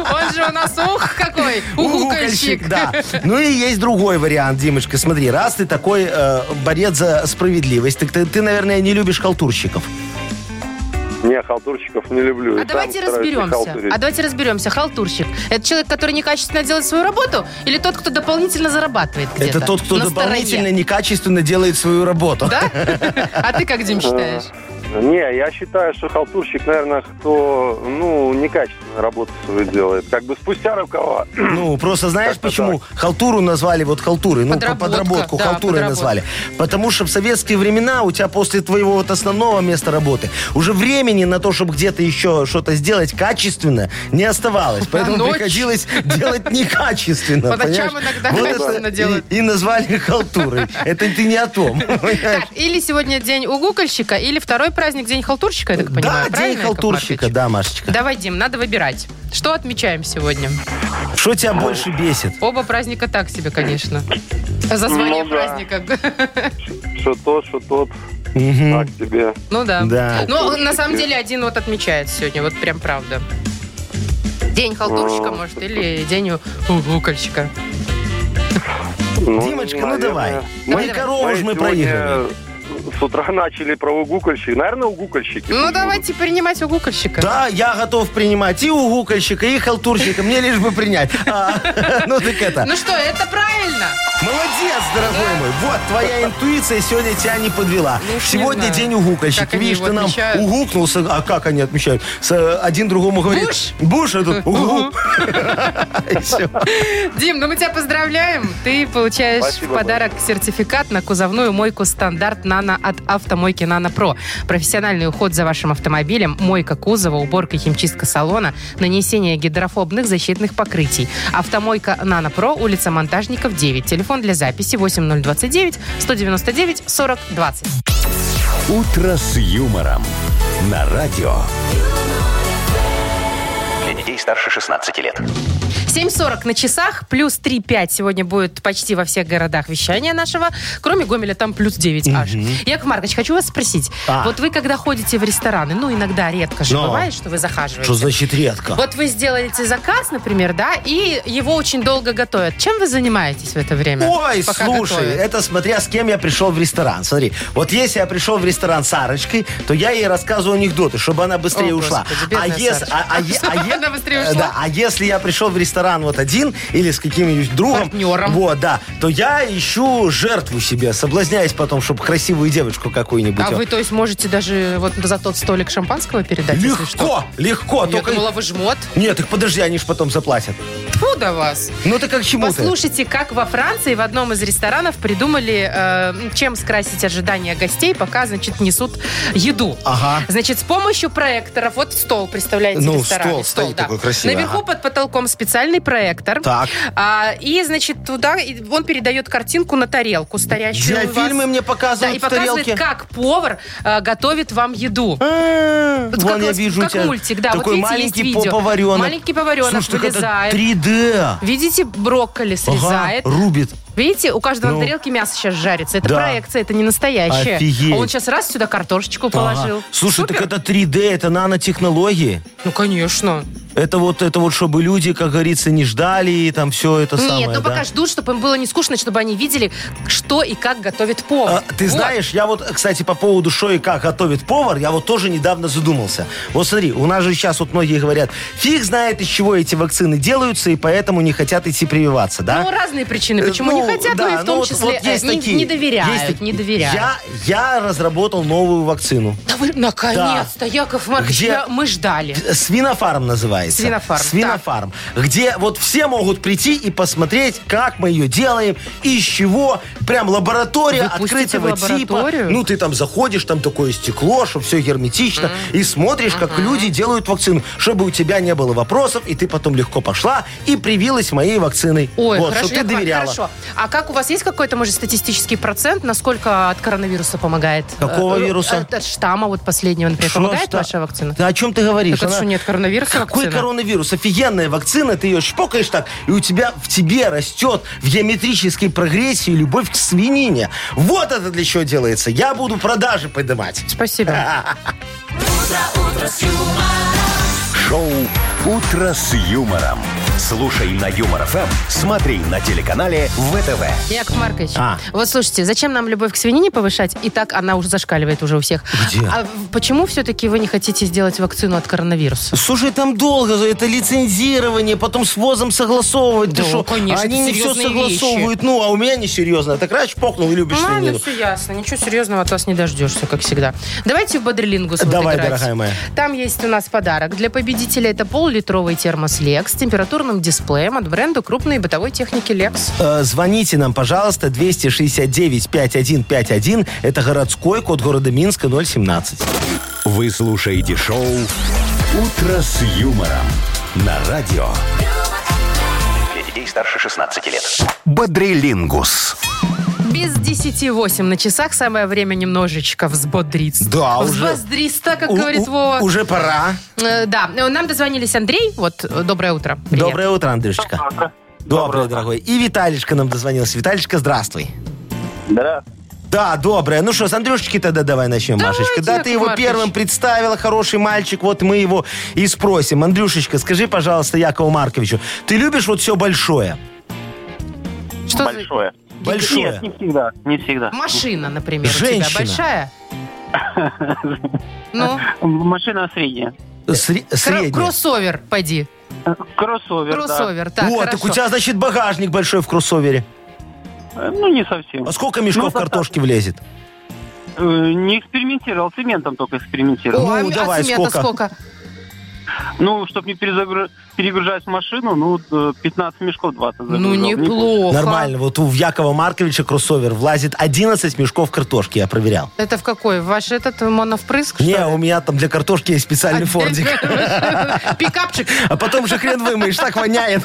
[SPEAKER 1] Он же у нас, ух, какой, угукальщик.
[SPEAKER 2] да. Ну и есть другой вариант, Димочка. Смотри, раз ты такой э, борец за справедливость, так ты, ты, наверное, не любишь халтурщиков.
[SPEAKER 5] Не, халтурщиков не люблю.
[SPEAKER 1] А
[SPEAKER 5] И сам
[SPEAKER 1] давайте
[SPEAKER 5] стараюсь не
[SPEAKER 1] разберемся.
[SPEAKER 5] халтурить.
[SPEAKER 1] А давайте разберемся. Халтурщик. Это человек, который некачественно делает свою работу? Или тот, кто дополнительно зарабатывает где-то?
[SPEAKER 2] Это тот, кто
[SPEAKER 1] на
[SPEAKER 2] дополнительно
[SPEAKER 1] стороне?
[SPEAKER 2] некачественно делает свою работу.
[SPEAKER 1] Да? А ты как, Дим, считаешь?
[SPEAKER 5] Э, Не, я считаю, что халтурщик, наверное, кто, ну, некачественно работу свою делает. Как бы спустя рукава.
[SPEAKER 2] Ну, просто знаешь,
[SPEAKER 5] Как-то
[SPEAKER 2] почему халтуру назвали вот халтурой? Ну,
[SPEAKER 1] Подработка,
[SPEAKER 2] по- подработку
[SPEAKER 1] да,
[SPEAKER 2] халтурой
[SPEAKER 1] подработка.
[SPEAKER 2] назвали. Потому что в советские времена у тебя после твоего вот основного места работы уже времени на то, чтобы где-то еще что-то сделать качественно, не оставалось. Поэтому
[SPEAKER 1] ночь?
[SPEAKER 2] приходилось делать некачественно.
[SPEAKER 1] По ночам
[SPEAKER 2] понимаешь?
[SPEAKER 1] иногда
[SPEAKER 2] Вот
[SPEAKER 1] качественно
[SPEAKER 2] это
[SPEAKER 1] делают.
[SPEAKER 2] И и назвали халтурой. Это ты не о том. понимаешь?
[SPEAKER 1] Так, или сегодня день угукольщика, или второй праздник, день халтурщика, я так понимаю.
[SPEAKER 2] Да, день
[SPEAKER 1] правильно, Яков
[SPEAKER 2] халтурщика,
[SPEAKER 1] Маркович?
[SPEAKER 2] да, Машечка.
[SPEAKER 1] Давай, Дим, надо выбирать. Что отмечаем сегодня?
[SPEAKER 2] Что тебя больше бесит?
[SPEAKER 1] Оба праздника так себе, конечно. Зазвание
[SPEAKER 5] Ну да.
[SPEAKER 1] праздника.
[SPEAKER 5] Что тот, что тот,
[SPEAKER 2] Мгм.
[SPEAKER 5] так тебе.
[SPEAKER 1] Ну да.
[SPEAKER 2] Да.
[SPEAKER 1] Ну, на самом деле, один вот отмечает сегодня, вот прям правда. День халтурщика,
[SPEAKER 5] О.
[SPEAKER 1] может, или день у- угукольщика.
[SPEAKER 5] Ну,
[SPEAKER 2] Димочка, ну давай.
[SPEAKER 5] Мы,
[SPEAKER 2] Мы корову ж мы
[SPEAKER 5] сегодня
[SPEAKER 2] проиграли.
[SPEAKER 5] С утра начали про угукольщик. Наверное, угукольщики.
[SPEAKER 1] Ну, давайте принимать угукольщика.
[SPEAKER 2] Да, я готов принимать и угукальщика, и халтурщика. Мне лишь бы принять. А, Ну так это.
[SPEAKER 1] Ну что, это правильно.
[SPEAKER 2] Молодец, дорогой мой. Вот, твоя интуиция сегодня тебя не подвела.
[SPEAKER 1] Ну уж не
[SPEAKER 2] Сегодня
[SPEAKER 1] знаю,
[SPEAKER 2] день
[SPEAKER 1] как
[SPEAKER 2] угукальщика.
[SPEAKER 1] они
[SPEAKER 2] Видишь,
[SPEAKER 1] его
[SPEAKER 2] ты нам
[SPEAKER 1] отмечают.
[SPEAKER 2] угукнулся. А как они отмечают? С, э, Один другому говорит.
[SPEAKER 1] Буш?
[SPEAKER 2] Буш, а тут угу. И всё.
[SPEAKER 1] Дим, ну мы тебя поздравляем. Ты получаешь
[SPEAKER 5] Спасибо
[SPEAKER 1] в подарок сертификат на кузовную мойку «Стандарт Нано» от автомойки «Нано Про». Профессиональный уход за вашим автомобилем, мойка кузова, уборка и химчистка салона, нанесение гидрофобных защитных покрытий. Автомойка «Нано Про», улица Монтажников, 9. Телефон для записи 8029-199-4020.
[SPEAKER 3] «Утро с юмором» на радио.
[SPEAKER 4] Для детей старше 16 лет.
[SPEAKER 1] 7.40 на часах, плюс 3.5 сегодня будет почти во всех городах вещания нашего. Кроме Гомеля там плюс 9 аж. Яков Маркович, хочу вас спросить.
[SPEAKER 2] А.
[SPEAKER 1] Вот вы когда ходите в рестораны, ну иногда редко же
[SPEAKER 2] Но.
[SPEAKER 1] бывает, что вы захаживаете.
[SPEAKER 2] Что значит редко?
[SPEAKER 1] Вот вы сделаете заказ, например, да, и его очень долго готовят. Чем вы занимаетесь в это время?
[SPEAKER 2] Ой,
[SPEAKER 1] пока
[SPEAKER 2] слушай,
[SPEAKER 1] готовят?
[SPEAKER 2] это смотря с кем я пришел в ресторан. Смотри, вот если я пришел в ресторан с Арочкой, то я ей рассказываю анекдоты, чтобы она быстрее
[SPEAKER 1] О,
[SPEAKER 2] ушла.
[SPEAKER 1] Господи, бедная
[SPEAKER 2] ес-
[SPEAKER 1] Сарочка.
[SPEAKER 2] а- а е- а е-
[SPEAKER 1] Она быстрее ушла?
[SPEAKER 2] Да, а если я пришел в ресторан вот один или с каким-нибудь другом,
[SPEAKER 1] Партнером.
[SPEAKER 2] вот, да, то я ищу жертву себе, соблазняюсь потом, чтобы красивую девочку какую-нибудь.
[SPEAKER 1] А
[SPEAKER 2] вот.
[SPEAKER 1] вы, то есть, можете даже вот за тот столик шампанского передать, если что?
[SPEAKER 2] Легко, легко,
[SPEAKER 1] Я
[SPEAKER 2] только...
[SPEAKER 1] думала, вы жмот.
[SPEAKER 2] Нет, так подожди, они же потом заплатят.
[SPEAKER 1] Фу до вас.
[SPEAKER 2] Ну ты как к чему ты?
[SPEAKER 1] Послушайте, как во Франции в одном из ресторанов придумали, э, чем скрасить ожидания гостей, пока, значит, несут еду.
[SPEAKER 2] Ага.
[SPEAKER 1] Значит, с помощью проекторов, вот стол, представляете, в
[SPEAKER 2] Ну,
[SPEAKER 1] ресторане,
[SPEAKER 2] стол стоит такой красивый,
[SPEAKER 1] Наверху
[SPEAKER 2] ага.
[SPEAKER 1] под потолком специальный проектор.
[SPEAKER 2] Так.
[SPEAKER 1] А, и, значит, туда и он передает картинку на тарелку, стоящую у вас.
[SPEAKER 2] Диафильмы мне
[SPEAKER 1] Да, и
[SPEAKER 2] показывают в
[SPEAKER 1] показывает,
[SPEAKER 2] тарелке.
[SPEAKER 1] как повар э, готовит вам еду. Вот
[SPEAKER 2] А, Вон
[SPEAKER 1] как
[SPEAKER 2] я
[SPEAKER 1] вот-
[SPEAKER 2] вижу
[SPEAKER 1] как
[SPEAKER 2] тебя.
[SPEAKER 1] мультик, да, вот
[SPEAKER 2] Такой
[SPEAKER 1] видите, есть
[SPEAKER 2] маленький
[SPEAKER 1] видео.
[SPEAKER 2] по- поваренок.
[SPEAKER 1] Маленький поваренок
[SPEAKER 2] Слушай, так
[SPEAKER 1] вылезает.
[SPEAKER 2] это 3D.
[SPEAKER 1] Видите, брокколи срезает.
[SPEAKER 2] Ага, рубит.
[SPEAKER 1] Видите, у каждого
[SPEAKER 2] Ну.
[SPEAKER 1] на тарелке мясо сейчас жарится. Это
[SPEAKER 2] Да.
[SPEAKER 1] проекция, это не настоящее.
[SPEAKER 2] Офигеть.
[SPEAKER 1] А он сейчас раз сюда картошечку положил.
[SPEAKER 2] Ага. Слушай,
[SPEAKER 1] Супер.
[SPEAKER 2] так это 3D, это нанотехнологии.
[SPEAKER 1] Ну, конечно.
[SPEAKER 2] Это вот, это вот, чтобы люди, как говорится, не ждали и там все это самое.
[SPEAKER 1] Нет, ну
[SPEAKER 2] да.
[SPEAKER 1] пока ждут, чтобы им было не скучно, чтобы они видели, что и как готовит повар.
[SPEAKER 2] А, ты
[SPEAKER 1] Вот.
[SPEAKER 2] знаешь, я вот, кстати, по поводу что и как готовит повар, я вот тоже недавно задумался. Вот смотри, у нас же сейчас вот многие говорят, фиг знает, из чего эти вакцины делаются, и поэтому не хотят идти прививаться, да?
[SPEAKER 1] Ну, разные причины,
[SPEAKER 2] Э,
[SPEAKER 1] почему не
[SPEAKER 2] ну,
[SPEAKER 1] хотят,
[SPEAKER 2] да,
[SPEAKER 1] но и в
[SPEAKER 2] ну
[SPEAKER 1] том
[SPEAKER 2] вот-
[SPEAKER 1] числе
[SPEAKER 2] вот
[SPEAKER 1] э,
[SPEAKER 2] есть
[SPEAKER 1] не,
[SPEAKER 2] такие.
[SPEAKER 1] не доверяют,
[SPEAKER 2] Есть такие.
[SPEAKER 1] не доверяют.
[SPEAKER 2] Я, я разработал новую вакцину.
[SPEAKER 1] Да вы, наконец-то, Яков Маркович,
[SPEAKER 2] Где-
[SPEAKER 1] я- мы ждали.
[SPEAKER 2] Свинофарм называется.
[SPEAKER 1] Свинофарм,
[SPEAKER 2] Свинофарм. Где вот все могут прийти и посмотреть, как мы ее делаем, из чего. Прям лаборатория
[SPEAKER 1] Вы пустите
[SPEAKER 2] открытого
[SPEAKER 1] в лабораторию?
[SPEAKER 2] типа. Ну, ты там заходишь, там такое стекло, что все герметично, и смотришь, как люди делают вакцину, чтобы у тебя не было вопросов, и ты потом легко пошла и привилась моей вакциной.
[SPEAKER 1] Ой,
[SPEAKER 2] вот,
[SPEAKER 1] хорошо,
[SPEAKER 2] чтоб
[SPEAKER 1] Яков
[SPEAKER 2] ты
[SPEAKER 1] Маркович,
[SPEAKER 2] доверяла.
[SPEAKER 1] хорошо. А как у вас есть какой-то, может, статистический процент, насколько от коронавируса помогает?
[SPEAKER 2] Какого
[SPEAKER 1] Э, э,
[SPEAKER 2] вируса?
[SPEAKER 1] От, от штамма вот последнего, например,
[SPEAKER 2] Что,
[SPEAKER 1] помогает
[SPEAKER 2] что?
[SPEAKER 1] ваша вакцина?
[SPEAKER 2] Да о чем ты говоришь?
[SPEAKER 1] Так это
[SPEAKER 2] Она-
[SPEAKER 1] что, нет коронавируса
[SPEAKER 2] Какой
[SPEAKER 1] вакцина?
[SPEAKER 2] коронавирус? Офигенная вакцина, ты ее шпокаешь так, и у тебя в тебе растет в геометрической прогрессии любовь к свинине. Вот это для чего делается. Я буду продажи поднимать. А.
[SPEAKER 1] Спасибо.
[SPEAKER 3] Шоу «Утро с юмором». Слушай на Юмор ФМ, смотри на телеканале ВТВ.
[SPEAKER 1] Яков Маркович,
[SPEAKER 2] А.
[SPEAKER 1] вот слушайте, зачем нам любовь к свинине повышать? И так она уже зашкаливает уже у всех.
[SPEAKER 2] Где?
[SPEAKER 1] А в- почему все-таки вы не хотите сделать вакцину от коронавируса?
[SPEAKER 2] Слушай, там долго, же, это лицензирование, потом с ВОЗом согласовывать. Ты
[SPEAKER 1] Да,
[SPEAKER 2] шо?
[SPEAKER 1] конечно,
[SPEAKER 2] Они
[SPEAKER 1] это
[SPEAKER 2] не все
[SPEAKER 1] серьезные вещи.
[SPEAKER 2] согласовывают. Ну, а у меня несерьезно. Так раньше похнул и любишь
[SPEAKER 1] Ладно,
[SPEAKER 2] свинину.
[SPEAKER 1] все Ну, ясно. Ничего серьезного от вас не дождешься, как всегда. Давайте в Бодрилингус вот
[SPEAKER 2] Давай,
[SPEAKER 1] играть.
[SPEAKER 2] дорогая моя.
[SPEAKER 1] Там есть у нас подарок. Для победителя это пол-литровый термос Lex с температурным дисплеем от бренда крупной бытовой техники Lex.
[SPEAKER 2] Э, Звоните нам, пожалуйста, 269-5151. Это городской код города Минска 017.
[SPEAKER 3] Вы слушаете шоу «Утро с юмором» на радио
[SPEAKER 4] Для детей старше 16 лет.
[SPEAKER 3] «Бодрилингус».
[SPEAKER 1] Без 10-8 на часах самое время немножечко взбодриться.
[SPEAKER 2] Да, уже.
[SPEAKER 1] Взбодриться, как
[SPEAKER 2] У-
[SPEAKER 1] говорит
[SPEAKER 2] у-
[SPEAKER 1] Вова.
[SPEAKER 2] Уже пора.
[SPEAKER 1] Э, Да, нам дозвонились Андрей. Вот, э, доброе утро. Привет.
[SPEAKER 2] Доброе утро, Андрюшечка. Доброе, дорогой. И Виталичка нам дозвонился. Виталичка, здравствуй.
[SPEAKER 5] Да.
[SPEAKER 2] Да, доброе. Ну что, с Андрюшечки тогда давай начнем,
[SPEAKER 1] Давайте,
[SPEAKER 2] Машечка. Да,
[SPEAKER 1] Яков
[SPEAKER 2] ты его
[SPEAKER 1] Маркович.
[SPEAKER 2] первым представила, хороший мальчик. Вот мы его и спросим. Андрюшечка, скажи, пожалуйста, Якову Марковичу, ты любишь вот все большое?
[SPEAKER 1] Что за-
[SPEAKER 6] Большое.
[SPEAKER 2] Большое.
[SPEAKER 6] Нет, не всегда. Не всегда.
[SPEAKER 1] Машина, например, у тебя
[SPEAKER 2] Женщина.
[SPEAKER 1] большая? Ну,
[SPEAKER 6] Машина средняя. Э,
[SPEAKER 2] Сре-
[SPEAKER 1] кро-
[SPEAKER 2] среднее.
[SPEAKER 1] кроссовер, пойди.
[SPEAKER 6] Кроссовер,
[SPEAKER 1] Кроссовер, так,
[SPEAKER 2] О,
[SPEAKER 1] хорошо.
[SPEAKER 2] так у тебя, значит, багажник большой в кроссовере.
[SPEAKER 6] да. Э, Ну, не совсем.
[SPEAKER 2] А сколько мешков
[SPEAKER 6] Ну,
[SPEAKER 2] картошки влезет?
[SPEAKER 6] Э, Не экспериментировал, цементом только экспериментировал.
[SPEAKER 1] О, а
[SPEAKER 2] ну,
[SPEAKER 1] м- а
[SPEAKER 2] давай,
[SPEAKER 1] цемента
[SPEAKER 2] сколько?
[SPEAKER 1] сколько?
[SPEAKER 6] Ну, чтобы не перезагру- перегружать машину, ну, э, 15 мешков 20
[SPEAKER 1] Ну,
[SPEAKER 6] загружал. Не больше.
[SPEAKER 1] неплохо.
[SPEAKER 2] Нормально. Вот у Якова Марковича кроссовер влазит 11 мешков картошки, я проверял.
[SPEAKER 1] Это в какой? Ваш этот моновпрыск? что
[SPEAKER 2] Не,
[SPEAKER 1] ли?
[SPEAKER 2] у меня там для картошки есть специальный фордик.
[SPEAKER 1] Пикапчик.
[SPEAKER 2] А потом же хрен вымоешь, так воняет.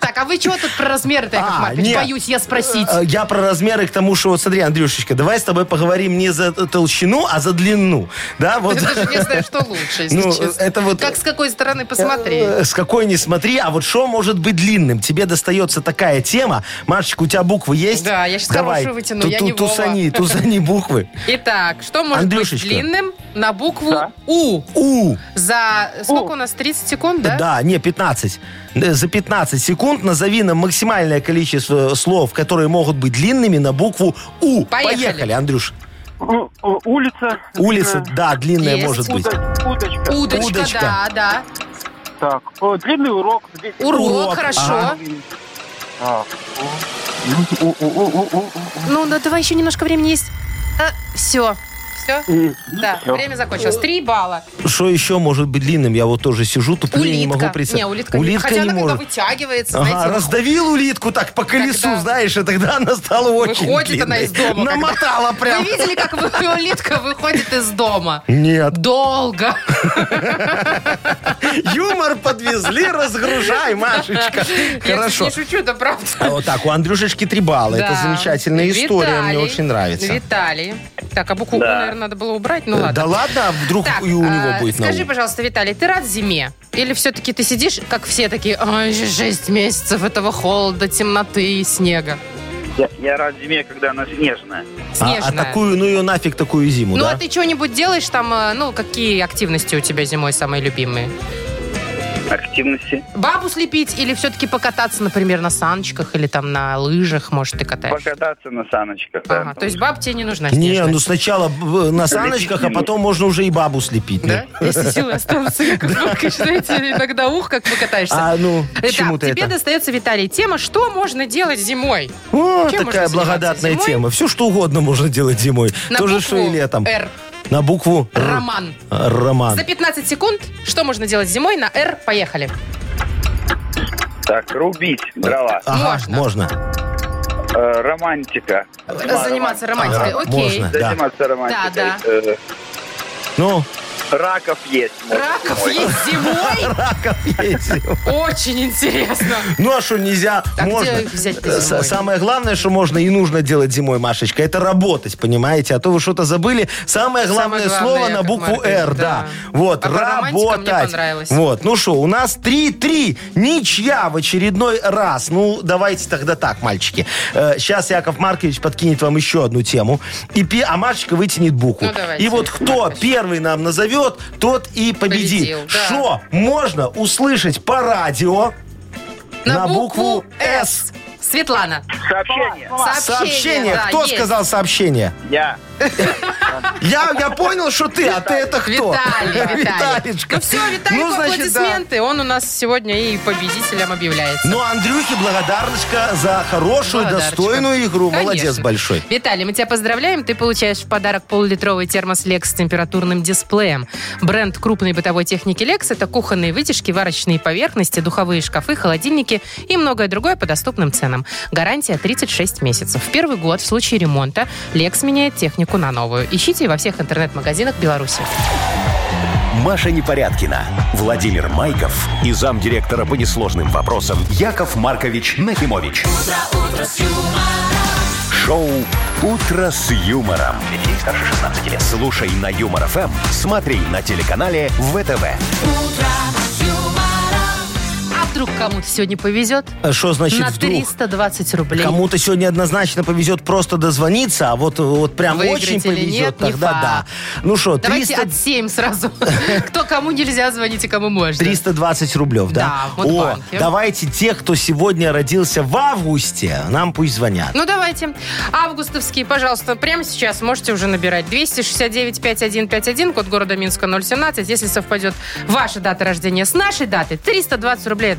[SPEAKER 1] Так, а вы чего тут про размеры-то, Яков
[SPEAKER 2] А,
[SPEAKER 1] Маркович?
[SPEAKER 2] нет.
[SPEAKER 1] Боюсь я спросить.
[SPEAKER 2] Э, Я про размеры к тому, что вот смотри, Андрюшечка, давай с тобой поговорим не за толщину, а за длину. Да, вот.
[SPEAKER 1] Я даже не знаю, что лучше, если
[SPEAKER 2] Ну,
[SPEAKER 1] честно.
[SPEAKER 2] это вот-
[SPEAKER 1] Как с какой стороны посмотреть?
[SPEAKER 2] Э, С какой не смотри, а вот что может быть длинным? Тебе достается такая тема. Машечка, у тебя буквы есть?
[SPEAKER 1] Да, я щас
[SPEAKER 2] Давай,
[SPEAKER 1] хорошую вытяну,
[SPEAKER 2] ту-
[SPEAKER 1] я
[SPEAKER 2] ту-
[SPEAKER 1] не Вова.
[SPEAKER 2] Тусани, тусани буквы.
[SPEAKER 1] Итак, что может
[SPEAKER 2] Андрюшечка.
[SPEAKER 1] быть длинным на букву
[SPEAKER 6] Да.
[SPEAKER 1] У?
[SPEAKER 2] У,
[SPEAKER 1] За сколько у нас? 30 секунд, да?
[SPEAKER 2] да, не, 15. Э, За 15 секунд назови нам максимальное количество слов, которые могут быть длинными на букву У.
[SPEAKER 1] Поехали.
[SPEAKER 2] Андрюш.
[SPEAKER 6] Ну, э, улица.
[SPEAKER 2] Улица,
[SPEAKER 6] длинная.
[SPEAKER 2] да, длинная
[SPEAKER 1] Есть.
[SPEAKER 2] может быть.
[SPEAKER 6] Уда- Удочка.
[SPEAKER 1] Удочка,
[SPEAKER 2] Удочка.
[SPEAKER 1] да, да.
[SPEAKER 6] Так, э, длинный урок. Здесь-
[SPEAKER 1] Урок,
[SPEAKER 2] Урок,
[SPEAKER 1] хорошо.
[SPEAKER 2] ага.
[SPEAKER 6] Так. у- у- у- у- у- у-
[SPEAKER 1] Ну, ну, давай еще немножко времени есть. все. Все?
[SPEAKER 6] у.
[SPEAKER 2] Ну,
[SPEAKER 1] Да,
[SPEAKER 6] Всё.
[SPEAKER 1] время закончилось. Три балла.
[SPEAKER 2] Что еще может быть длинным? Я вот тоже сижу, туплю, не могу
[SPEAKER 1] Улитка.
[SPEAKER 2] представить.
[SPEAKER 1] улитка, не- Хотя
[SPEAKER 2] не
[SPEAKER 1] она когда
[SPEAKER 2] может.
[SPEAKER 1] вытягивается,
[SPEAKER 2] Ага,
[SPEAKER 1] знаете.
[SPEAKER 2] раздавил улитку так по колесу,
[SPEAKER 1] Когда-
[SPEAKER 2] знаешь, и тогда она стала очень
[SPEAKER 1] Выходит она
[SPEAKER 2] длинной.
[SPEAKER 1] из дома, когда-
[SPEAKER 2] Намотала
[SPEAKER 1] Вы
[SPEAKER 2] прям.
[SPEAKER 1] видели, как вы- улитка выходит из дома?
[SPEAKER 2] Нет.
[SPEAKER 1] Долго.
[SPEAKER 2] Юмор подвезли, разгружай, Машечка. Хорошо.
[SPEAKER 1] Я не шучу, да правда.
[SPEAKER 2] А вот так, у Андрюшечки три балла. Это
[SPEAKER 1] Да.
[SPEAKER 2] замечательная история,
[SPEAKER 1] Виталий.
[SPEAKER 2] мне очень нравится.
[SPEAKER 1] Виталий. Так, а букву «У», наверное, надо было убрать, ну ладно.
[SPEAKER 2] Да ладно, а вдруг
[SPEAKER 1] Так,
[SPEAKER 2] и у него
[SPEAKER 1] а,
[SPEAKER 2] будет на
[SPEAKER 1] Скажи,
[SPEAKER 2] «У».
[SPEAKER 1] пожалуйста, Виталий, ты рад зиме? Или все-таки ты сидишь, как все такие, «Ай, шесть месяцев этого холода, темноты и снега?
[SPEAKER 7] Я, я рад зиме, когда она снежная.
[SPEAKER 2] А-
[SPEAKER 1] Снежная.
[SPEAKER 2] А такую, ну ее нафиг такую зиму,
[SPEAKER 1] ну, а
[SPEAKER 2] да?
[SPEAKER 1] ты что-нибудь делаешь там, э, ну, какие активности у тебя зимой самые любимые?
[SPEAKER 7] Активности.
[SPEAKER 1] Бабу слепить или все-таки покататься, например, на саночках или там на лыжах, может, ты катаешься?
[SPEAKER 7] Покататься на саночках. да.
[SPEAKER 1] Ага, то есть баб тебе не нужна
[SPEAKER 2] Не,
[SPEAKER 1] снежная?
[SPEAKER 2] ну сначала б- на саночках, а потом можно уже и бабу слепить. ну.
[SPEAKER 1] Да? Если силы останутся, как Маркович, знаете, иногда ух, как покатаешься.
[SPEAKER 2] А ну, к
[SPEAKER 1] Итак,
[SPEAKER 2] чему ты
[SPEAKER 1] тебе
[SPEAKER 2] это?
[SPEAKER 1] достается, Виталий, тема «Что можно делать зимой?»
[SPEAKER 2] О,
[SPEAKER 1] Чем можно
[SPEAKER 2] такая
[SPEAKER 1] заниматься
[SPEAKER 2] благодатная
[SPEAKER 1] зимой?
[SPEAKER 2] тема. Все, что угодно можно делать зимой.
[SPEAKER 1] На
[SPEAKER 2] То же,
[SPEAKER 1] букву
[SPEAKER 2] что и летом.
[SPEAKER 1] «Р».
[SPEAKER 2] На букву «Р».
[SPEAKER 1] Роман.
[SPEAKER 2] Э, Роман.
[SPEAKER 1] За 15 секунд «Что можно делать зимой?» на «Р». Поехали.
[SPEAKER 7] Так, рубить дрова.
[SPEAKER 2] Ага,
[SPEAKER 1] Можно.
[SPEAKER 2] можно.
[SPEAKER 7] Э, романтика.
[SPEAKER 1] Заниматься романтикой.
[SPEAKER 2] Ага,
[SPEAKER 1] Окей.
[SPEAKER 2] можно. да.
[SPEAKER 7] Заниматься романтикой.
[SPEAKER 1] Да, да.
[SPEAKER 7] Э,
[SPEAKER 2] Ну,
[SPEAKER 7] раков есть. можно
[SPEAKER 1] Раков
[SPEAKER 7] зимой.
[SPEAKER 1] есть зимой?
[SPEAKER 2] раков есть.
[SPEAKER 1] Очень интересно.
[SPEAKER 2] Ну, а что нельзя?
[SPEAKER 1] А где
[SPEAKER 2] можно.
[SPEAKER 1] их взять-то
[SPEAKER 2] Э,
[SPEAKER 1] зимой?
[SPEAKER 2] с- Самое главное, что можно и нужно делать зимой, Машечка, это работать, понимаете? А то вы что-то забыли.
[SPEAKER 1] Самое
[SPEAKER 2] Самое главное
[SPEAKER 1] главное,
[SPEAKER 2] слово на
[SPEAKER 1] Яков
[SPEAKER 2] букву
[SPEAKER 1] Маркович,
[SPEAKER 2] «Р», да.
[SPEAKER 1] да.
[SPEAKER 2] Вот,
[SPEAKER 1] А про романтика мне
[SPEAKER 2] работать.
[SPEAKER 1] понравилось.
[SPEAKER 2] Вот, ну что, у нас 3-3. Ничья в очередной раз. Ну, давайте тогда так, мальчики. Сейчас Яков Маркович подкинет вам еще одну тему. И, пи- а Машечка вытянет букву.
[SPEAKER 1] Ну, давайте,
[SPEAKER 2] и вот
[SPEAKER 1] Яков
[SPEAKER 2] кто
[SPEAKER 1] Маркович.
[SPEAKER 2] первый нам назовет, тот и победит.
[SPEAKER 1] Победил, да.
[SPEAKER 2] Что можно услышать по радио На букву «С».
[SPEAKER 1] Светлана.
[SPEAKER 7] Сообщение.
[SPEAKER 2] Сообщение.
[SPEAKER 1] да,
[SPEAKER 2] кто
[SPEAKER 1] есть.
[SPEAKER 2] сказал сообщение?
[SPEAKER 7] Я.
[SPEAKER 2] Я, я понял, что ты, а ты это кто?
[SPEAKER 1] Виталий, Виталий.
[SPEAKER 2] Виталичка.
[SPEAKER 1] Ну все, Виталий,
[SPEAKER 2] Ну, значит, да.
[SPEAKER 1] аплодисменты. Он у нас сегодня и победителем объявляется.
[SPEAKER 2] Ну, Андрюхе благодарночка за хорошую,
[SPEAKER 1] Благодарочка.
[SPEAKER 2] достойную игру.
[SPEAKER 1] Конечно.
[SPEAKER 2] Молодец большой.
[SPEAKER 1] Виталий, мы тебя поздравляем. Ты получаешь в подарок полулитровый термос Lex с температурным дисплеем. Бренд крупной бытовой техники Lex – это кухонные вытяжки, варочные поверхности, духовые шкафы, холодильники и многое другое по доступным ценам. Гарантия 36 месяцев. В первый год в случае ремонта Lex меняет технику на новую. Ищите во всех интернет-магазинах Беларуси.
[SPEAKER 3] Маша Непорядкина, Владимир Майков и замдиректора по несложным вопросам Яков Маркович Нахимович. Шоу Утро с юмором. Для детей старше 16 лет. Слушай на юмор ФМ, смотри на телеканале ВТВ.
[SPEAKER 1] А вдруг кому-то сегодня повезет?
[SPEAKER 2] А Что значит
[SPEAKER 1] на
[SPEAKER 2] вдруг?
[SPEAKER 1] 320 рублей.
[SPEAKER 2] Кому-то сегодня однозначно повезет просто дозвониться, а вот, вот прям
[SPEAKER 1] Выиграть
[SPEAKER 2] очень
[SPEAKER 1] или
[SPEAKER 2] повезет,
[SPEAKER 1] нет, не
[SPEAKER 2] тогда
[SPEAKER 1] факт.
[SPEAKER 2] да. Ну что,
[SPEAKER 1] Давайте
[SPEAKER 2] 300,
[SPEAKER 1] от 7 сразу. Кто кому нельзя звонить и кому можно.
[SPEAKER 2] 320 рублев, да?
[SPEAKER 1] Да, в
[SPEAKER 2] О,
[SPEAKER 1] Мудбанке.
[SPEAKER 2] давайте те, кто сегодня родился в августе, нам пусть звонят.
[SPEAKER 1] Ну, давайте. Августовские, пожалуйста, прямо сейчас можете уже набирать. 269-5151, код города Минска 017. Если совпадет ваша дата рождения с нашей датой, 320 рублей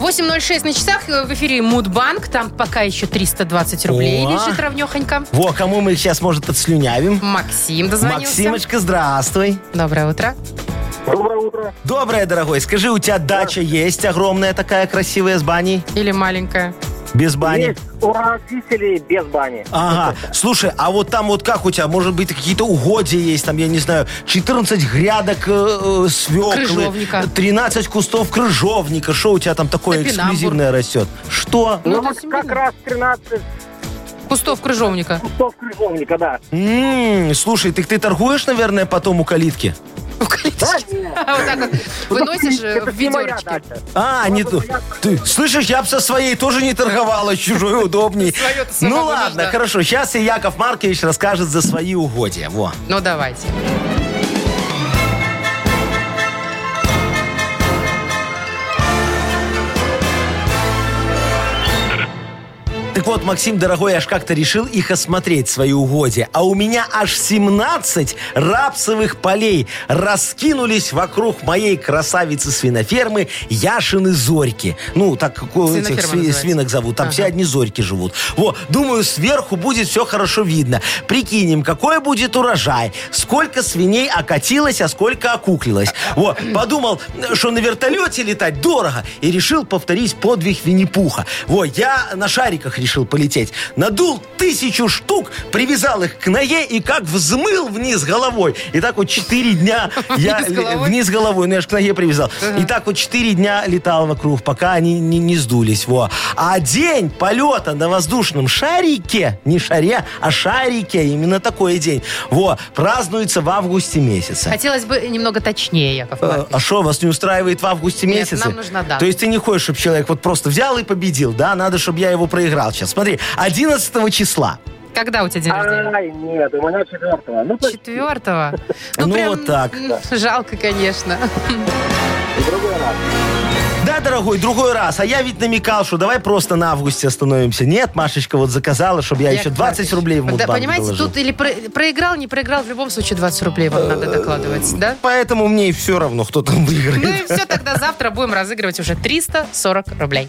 [SPEAKER 1] 8.06 на часах э, в эфире Мудбанк. Там пока еще 320 рублей
[SPEAKER 2] О.
[SPEAKER 1] лежит равнехонько.
[SPEAKER 2] Во, кому мы их сейчас, может, отслюнявим?
[SPEAKER 1] Максим дозвонился.
[SPEAKER 2] Максимочка, здравствуй.
[SPEAKER 1] Доброе утро.
[SPEAKER 5] Доброе утро.
[SPEAKER 2] Доброе, дорогой. Скажи, у тебя дача есть огромная такая красивая с баней?
[SPEAKER 1] Или маленькая.
[SPEAKER 2] Без бани?
[SPEAKER 8] у родителей без бани.
[SPEAKER 2] Ага. Слушай, а вот там вот как у тебя, может быть, какие-то угодья есть, там, я не знаю, 14 грядок э, э, свеклы,
[SPEAKER 1] Крыжовника.
[SPEAKER 2] 13 кустов крыжовника. Что у тебя там такое
[SPEAKER 1] Топинамбур.
[SPEAKER 2] эксклюзивное растет? Что?
[SPEAKER 8] Ну,
[SPEAKER 1] Ну,
[SPEAKER 8] вот
[SPEAKER 1] это семейный.
[SPEAKER 8] как раз 13
[SPEAKER 1] Кустов крыжовника.
[SPEAKER 8] кустов крыжовника, да.
[SPEAKER 2] М, М-м, слушай, ты, ты торгуешь, наверное, потом у калитки?
[SPEAKER 1] В колечке. Вот так вот выносишь э, в
[SPEAKER 8] Ну, Это ж не моя
[SPEAKER 1] ведерочке.
[SPEAKER 8] дача.
[SPEAKER 2] А, не то. Ты, слышишь, я бы со своей тоже не торговала, чужой удобней.
[SPEAKER 1] Своё-то самому
[SPEAKER 2] Ну ладно,
[SPEAKER 1] нужно.
[SPEAKER 2] хорошо. Сейчас и Яков Маркович расскажет за свои угодья. Во.
[SPEAKER 1] Ну, давайте.
[SPEAKER 2] Так вот, Максим, дорогой, я ж как-то решил их осмотреть, свои угодья. А у меня аж 17 рапсовых полей раскинулись вокруг моей красавицы-свинофермы Яшины Зорьки. Ну, так как у
[SPEAKER 1] Свиноферма
[SPEAKER 2] этих сви-
[SPEAKER 1] называется.
[SPEAKER 2] свинок зовут. Там все одни Зорьки живут. Во, думаю, сверху будет все хорошо видно. Прикинем, какой будет урожай, сколько свиней окатилось, а сколько окуклилось. Во, подумал, что на вертолете летать дорого, и решил повторить подвиг Винни-Пуха. Во, я на шариках решил полететь. Надул тысячу штук, привязал их к ноге и как взмыл вниз головой. И так вот четыре дня я
[SPEAKER 1] Вниз
[SPEAKER 2] л-
[SPEAKER 1] головой?
[SPEAKER 2] вниз головой, ну я же к ноге привязал. И так вот четыре дня летал вокруг, пока они не, не сдулись. Во. А день полета на воздушном шарике, не шаре, а шарике, именно такой день, во, празднуется в августе месяце.
[SPEAKER 1] Хотелось бы немного точнее, Яков
[SPEAKER 2] Э,
[SPEAKER 1] Маркович.
[SPEAKER 2] А что, вас не устраивает в авгуте
[SPEAKER 1] Нет,
[SPEAKER 2] месяце?
[SPEAKER 1] нам нужна дата.
[SPEAKER 2] То есть ты не хочешь, чтобы человек вот просто взял и победил, да? Надо, чтобы я его проиграл сейчас. Смотри, 11 числа.
[SPEAKER 1] Когда у тебя день рождения?
[SPEAKER 8] Ай, нет, у меня четвертого. Ну, то есть,
[SPEAKER 1] Четвертого.
[SPEAKER 2] Ну, вот так.
[SPEAKER 1] м, Жалко, конечно.
[SPEAKER 8] в другой раз.
[SPEAKER 2] Да, дорогой, другой раз. А я ведь намекал, что давай просто на августе остановимся. Нет, Машечка вот заказала, чтобы я
[SPEAKER 1] Яков
[SPEAKER 2] еще 20
[SPEAKER 1] Маркович,
[SPEAKER 2] рублей в
[SPEAKER 1] когда,
[SPEAKER 2] Мудбанк
[SPEAKER 1] Понимаете,
[SPEAKER 2] доложил.
[SPEAKER 1] тут или про- проиграл, не проиграл, в любом случае 20 рублей вам надо докладывать, да?
[SPEAKER 2] Поэтому мне и все равно, кто там
[SPEAKER 1] Ну
[SPEAKER 2] выиграет.
[SPEAKER 1] и все, тогда завтра будем разыгрывать уже 340 рублей.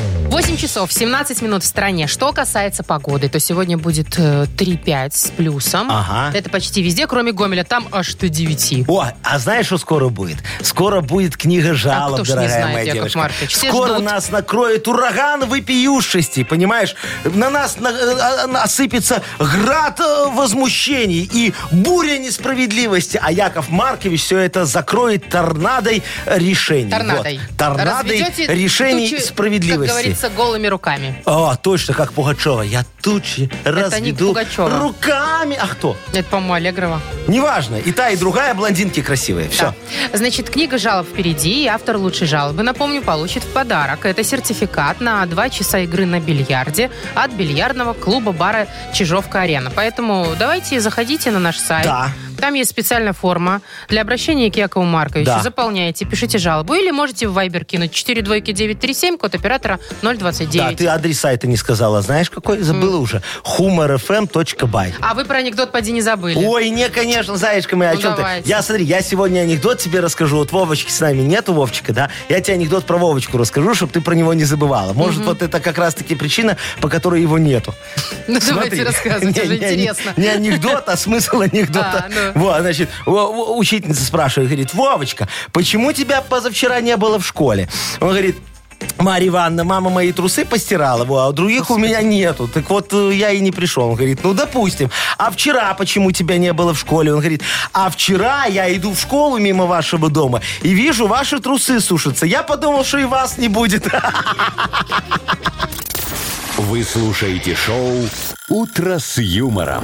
[SPEAKER 1] 8 часов 17 минут в стране. Что касается погоды, то сегодня будет э, 3-5 с плюсом.
[SPEAKER 2] Ага.
[SPEAKER 1] Это почти везде, кроме Гомеля. Там аж до 9.
[SPEAKER 2] О, а знаешь, что скоро будет? Скоро будет книга жалоб,
[SPEAKER 1] А кто ж не
[SPEAKER 2] дорогая
[SPEAKER 1] знает,
[SPEAKER 2] моя
[SPEAKER 1] Яков
[SPEAKER 2] девочка.
[SPEAKER 1] Маркович, все
[SPEAKER 2] скоро
[SPEAKER 1] ждут.
[SPEAKER 2] нас накроет ураган вопиюшести, понимаешь? На нас на- э, э, осыпется град э, возмущений и буря несправедливости. А Яков Маркович все это закроет торнадой решений.
[SPEAKER 1] Торнадой.
[SPEAKER 2] Вот. Торнадой
[SPEAKER 1] Разведете
[SPEAKER 2] решений
[SPEAKER 1] тучи,
[SPEAKER 2] справедливости.
[SPEAKER 1] Как говорит Солнце голыми руками.
[SPEAKER 2] О, точно, как Пугачева. Я тучи
[SPEAKER 1] не
[SPEAKER 2] разведу
[SPEAKER 1] Пугачева.
[SPEAKER 2] руками. А кто?
[SPEAKER 1] Это, по-моему, Аллегрова.
[SPEAKER 2] Неважно. И та, и другая блондинки красивые. Все.
[SPEAKER 1] Да. Значит, книга жалоб впереди, и автор лучшей жалобы, напомню, получит в подарок. Это сертификат на 2 часа игры на бильярде от бильярдного клуба-бара «Чижовка-арена». Поэтому давайте заходите на наш сайт.
[SPEAKER 2] Да.
[SPEAKER 1] Там есть специальная форма для обращения к Якову Марковичу.
[SPEAKER 2] Да.
[SPEAKER 1] Заполняйте, пишите жалобу. Или можете в Viber кинуть 4 двойки 937, код оператора 029.
[SPEAKER 2] Да, ты адрес сайта не сказала. Знаешь, какой? Забыла уже. humorfm.by.
[SPEAKER 1] А вы про анекдот поди не забыли.
[SPEAKER 2] Ой, не, конечно, зайчка моя, о
[SPEAKER 1] Ну,
[SPEAKER 2] чем
[SPEAKER 1] давайте.
[SPEAKER 2] ты? Я, смотри, я сегодня анекдот тебе расскажу. Вот Вовочки с нами нету, Вовчика, да? Я тебе анекдот про Вовочку расскажу, чтобы ты про него не забывала. Может, вот это как раз-таки причина, по которой его нету.
[SPEAKER 1] ну, давайте
[SPEAKER 2] Смотри.
[SPEAKER 1] рассказывайте,
[SPEAKER 2] Не,
[SPEAKER 1] уже
[SPEAKER 2] не, не,
[SPEAKER 1] интересно.
[SPEAKER 2] Не анекдот, а смысл анекдота.
[SPEAKER 1] А, ну.
[SPEAKER 2] Вот, значит, во- во- учительница спрашивает, говорит, Вовочка, почему тебя позавчера не было в школе? Он говорит, Марья Ивановна, мама мои трусы постирала, во, а других у меня нету. Так вот, э, я и не пришел. Он говорит, ну, допустим. А вчера почему тебя не было в школе? Он говорит, а вчера я иду в школу мимо вашего дома и вижу, ваши трусы сушатся. Я подумал, что и вас не будет.
[SPEAKER 3] Вы слушаете шоу «Утро с юмором».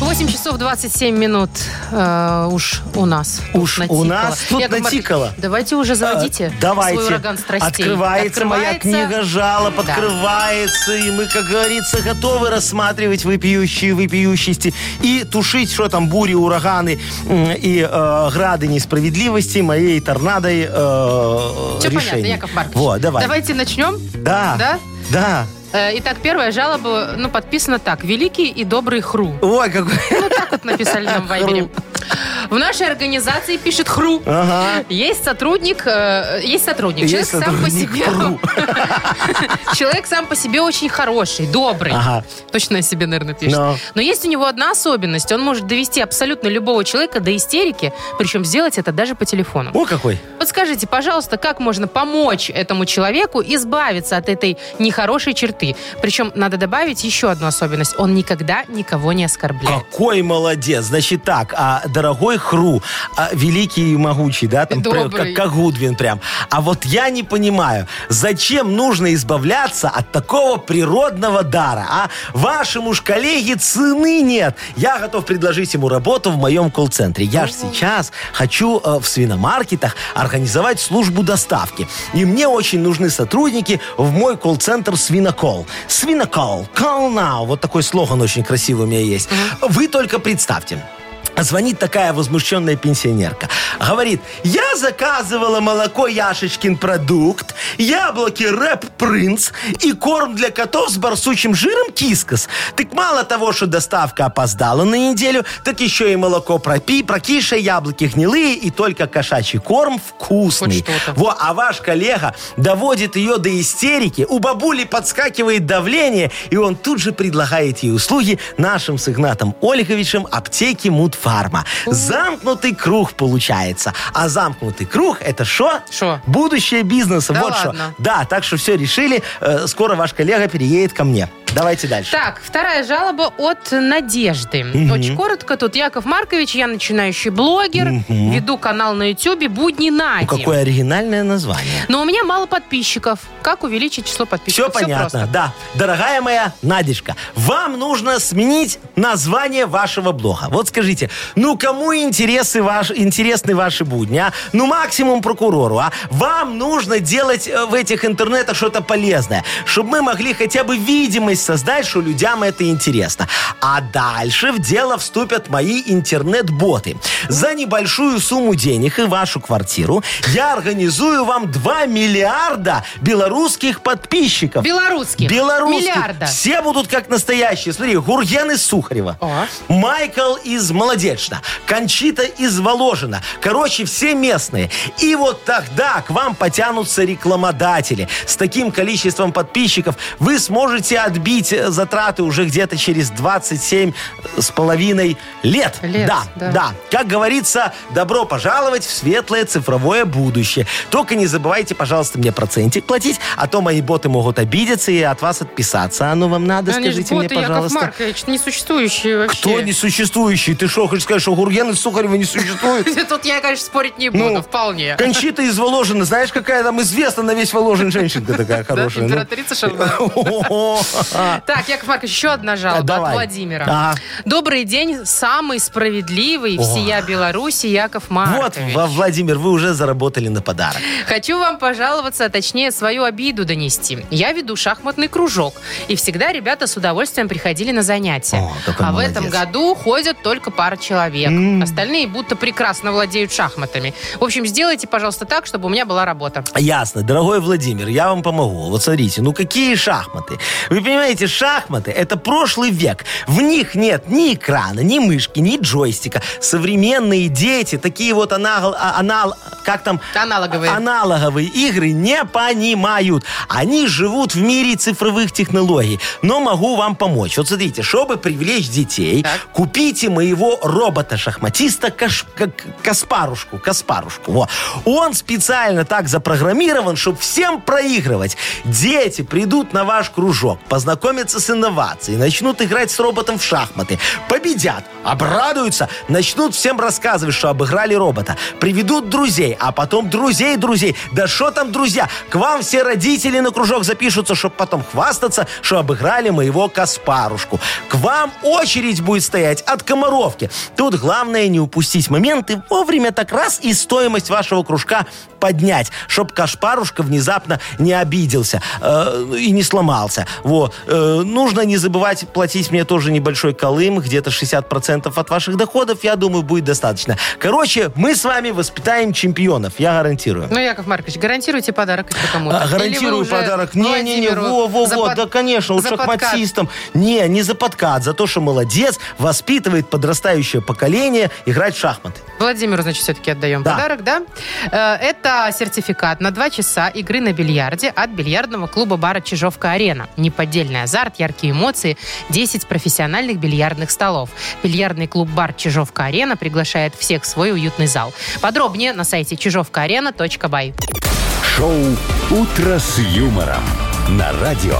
[SPEAKER 1] 8 часов 27 минут э, уж у нас. тут
[SPEAKER 2] Уж
[SPEAKER 1] натикало.
[SPEAKER 2] у нас тут
[SPEAKER 1] Яков Маркович,
[SPEAKER 2] натикало.
[SPEAKER 1] Давайте уже заводите
[SPEAKER 2] Э, Давайте.
[SPEAKER 1] свой ураган страстей.
[SPEAKER 2] Открывается, моя книга жалоб,
[SPEAKER 1] Да.
[SPEAKER 2] открывается, и мы, как говорится, готовы рассматривать выпиющие выпиющести и тушить, что там, бури, ураганы м, и э, грады несправедливости моей торнадой э,
[SPEAKER 1] Все понятно,
[SPEAKER 2] решений.
[SPEAKER 1] Яков Маркович.
[SPEAKER 2] Вот, давай.
[SPEAKER 1] Давайте начнем.
[SPEAKER 2] Да,
[SPEAKER 1] Да?
[SPEAKER 2] да.
[SPEAKER 1] Э, Итак, первая жалоба, ну, подписана так. Великий и добрый Хру.
[SPEAKER 2] Ой, какой...
[SPEAKER 1] Так вот написали нам в Вайбере. В нашей организации пишет Хру.
[SPEAKER 2] Ага.
[SPEAKER 1] Есть сотрудник, э, есть сотрудник. Человек
[SPEAKER 2] Есть
[SPEAKER 1] сам по
[SPEAKER 2] сотрудник
[SPEAKER 1] себе.
[SPEAKER 2] ПРУ.
[SPEAKER 1] Человек сам по себе очень хороший, добрый.
[SPEAKER 2] Ага.
[SPEAKER 1] Точно о себе, наверное, пишет.
[SPEAKER 2] Но.
[SPEAKER 1] Но есть у него одна особенность. Он может довести абсолютно любого человека до истерики, причем сделать это даже по телефону.
[SPEAKER 2] О, какой.
[SPEAKER 1] Подскажите, пожалуйста, как можно помочь этому человеку избавиться от этой нехорошей черты? Причем надо добавить еще одну особенность. Он никогда никого не оскорбляет.
[SPEAKER 2] Какой молодец. Значит так, а, дорогой Хру, а, великий и могучий, да, там, прям,
[SPEAKER 1] Добрый.
[SPEAKER 2] как, как Гудвин прям. А вот я не понимаю, зачем нужно избавляться от такого природного дара, а? Вашему ж коллеге цены нет. Я готов предложить ему работу в моем колл-центре. Я ж сейчас хочу э, в свиномаркетах организовать службу доставки. И мне очень нужны сотрудники в мой колл-центр «Свинокол». «Свинокол», «Call now». Вот такой слоган очень красивый у меня есть. Вы только представьте. Звонит такая возмущенная пенсионерка. Говорит, я заказывала молоко Яшечкин продукт, яблоки Рэп Принц и корм для котов с барсучим жиром Кискас. Так мало того, что доставка опоздала на неделю, так еще и молоко пропи, прокише, яблоки гнилые и только кошачий корм вкусный.
[SPEAKER 1] Хоть что-то.
[SPEAKER 2] Во, а ваш коллега доводит ее до истерики, у бабули подскакивает давление, и он тут же предлагает ей услуги нашим с Игнатом Ольговичем аптеки Мудфарма. Замкнутый круг получается. А замкнутый круг это что?
[SPEAKER 1] Шо?
[SPEAKER 2] Будущее бизнеса.
[SPEAKER 1] Да
[SPEAKER 2] вот что.
[SPEAKER 1] ладно?
[SPEAKER 2] Да, так что все решили. Э, Скоро ваш коллега переедет ко мне. Давайте дальше.
[SPEAKER 1] Так, вторая жалоба от Надежды. Очень коротко, тут Яков Маркович, я начинающий блогер, веду канал на Ютьюбе «Будни Нади».
[SPEAKER 2] Ну, какое оригинальное название.
[SPEAKER 1] Но у меня мало подписчиков. Как увеличить число
[SPEAKER 2] Все
[SPEAKER 1] подписчиков?
[SPEAKER 2] понятно,
[SPEAKER 1] просто.
[SPEAKER 2] Э, да. Дорогая моя Надежка, вам нужно сменить название вашего блога. Вот скажите, ну кому интересы ваш, интересны ваши будни, а? Ну максимум прокурору, а? Вам нужно делать э, в этих интернетах что-то полезное, чтобы мы могли хотя бы видимость создать, что людям это интересно. А дальше в дело вступят мои интернет-боты. За небольшую сумму денег и вашу квартиру я организую вам 2 миллиарда белорусских подписчиков.
[SPEAKER 1] Белорусских.
[SPEAKER 2] Белорусских.
[SPEAKER 1] Миллиарда.
[SPEAKER 2] Все будут как настоящие. Смотри, Гурген из Сухарева.
[SPEAKER 1] О.
[SPEAKER 2] Майкл из Молодечно. Кончита из Воложина. Короче, все местные. И вот тогда к вам потянутся рекламодатели. С таким количеством подписчиков вы сможете отбить окупить э, затраты уже где-то через 27 с половиной лет.
[SPEAKER 1] Лет,
[SPEAKER 2] да,
[SPEAKER 1] да.
[SPEAKER 2] да, Как говорится, добро пожаловать в светлое цифровое будущее. Только не забывайте, пожалуйста, мне процентик платить, а то мои боты могут обидеться и от вас отписаться. А ну вам надо,
[SPEAKER 1] Они ж
[SPEAKER 2] скажите мне,
[SPEAKER 1] боты, Яков
[SPEAKER 2] пожалуйста.
[SPEAKER 1] Маркович, несуществующие вообще.
[SPEAKER 2] Кто несуществующий? Ты что, хочешь сказать, что Гурген и Сухарева не существует?
[SPEAKER 1] Тут я, конечно, спорить не буду,
[SPEAKER 2] Ну,
[SPEAKER 1] вполне.
[SPEAKER 2] Кончита из Воложина. Знаешь, какая там известна на весь Воложин женщинка
[SPEAKER 1] Да,
[SPEAKER 2] такая хорошая? ну.
[SPEAKER 1] Императрица Шарман.
[SPEAKER 2] О, а,
[SPEAKER 1] Так, Яков Маркович, еще одна
[SPEAKER 2] а,
[SPEAKER 1] жалоба от
[SPEAKER 2] давай.
[SPEAKER 1] Владимира.
[SPEAKER 2] А,
[SPEAKER 1] Добрый день, самый справедливый всея Беларуси Яков
[SPEAKER 2] Вот,
[SPEAKER 1] Маркович.
[SPEAKER 2] Ва- Владимир, вы уже заработали на подарок.
[SPEAKER 1] Хочу вам пожаловаться, а точнее свою обиду донести. Я веду шахматный кружок, и всегда ребята с удовольствием приходили на занятия.
[SPEAKER 2] О, какой
[SPEAKER 1] а
[SPEAKER 2] молодец.
[SPEAKER 1] в этом году ходят только пара человек. Остальные будто прекрасно владеют шахматами. В общем, сделайте, пожалуйста, так, чтобы у меня была работа.
[SPEAKER 2] Ясно. Дорогой Владимир, я вам помогу. Вот смотрите, ну какие шахматы? Вы понимаете, шахматы – это прошлый век. В них нет ни экрана, ни мышки, ни джойстика. Современные дети, такие вот анал... а- анал как там? А,
[SPEAKER 1] Аналоговые.
[SPEAKER 2] Аналоговые игры не понимают. Они живут в мире цифровых технологий. Но могу вам помочь. Вот смотрите, чтобы привлечь детей,
[SPEAKER 1] Так.
[SPEAKER 2] купите моего робота-шахматиста Каш- К- Каспарушку. Каспарушку. Во. Он специально так запрограммирован, чтобы всем проигрывать. Дети придут на ваш кружок, познакомятся с инновацией, начнут играть с роботом в шахматы, победят, обрадуются, начнут всем рассказывать, что обыграли робота, приведут друзей, а потом друзей друзей. Да что там друзья? К вам все родители на кружок запишутся, чтобы потом хвастаться, что обыграли моего Каспарушку. К вам очередь будет стоять от комаровки. Тут главное не упустить момент и вовремя так раз и стоимость вашего кружка поднять, чтобы Кашпарушка внезапно не обиделся э, и не сломался. Вот. Э, нужно не забывать платить мне тоже небольшой колым, где-то 60% от ваших доходов, я думаю, будет достаточно. Короче, мы с вами воспитаем чемпионов, я гарантирую.
[SPEAKER 1] Ну, Яков Маркович, гарантируйте подарок еще кому-то. Или
[SPEAKER 2] А,
[SPEAKER 1] вы
[SPEAKER 2] гарантирую
[SPEAKER 1] уже
[SPEAKER 2] подарок. Не-не-не,
[SPEAKER 1] Владимиру за
[SPEAKER 2] во-во-во,
[SPEAKER 1] под-
[SPEAKER 2] да, конечно, вот
[SPEAKER 1] за подкат?
[SPEAKER 2] шахматистом. Не, не за подкат, за то, что молодец, воспитывает подрастающее поколение играть в шахматы.
[SPEAKER 1] Владимиру, значит, все-таки отдаем
[SPEAKER 2] Да.
[SPEAKER 1] подарок, да? Э, Это сертификат на два часа игры на бильярде от бильярдного клуба бара «Чижовка-арена». Неподдельный азарт, яркие эмоции, 10 профессиональных бильярдных столов. Бильярдный клуб бар «Чижовка-арена» приглашает всех в свой уютный зал. Подробнее на сайте чижовкаарена.бай.
[SPEAKER 3] Шоу «Утро с юмором» на радио.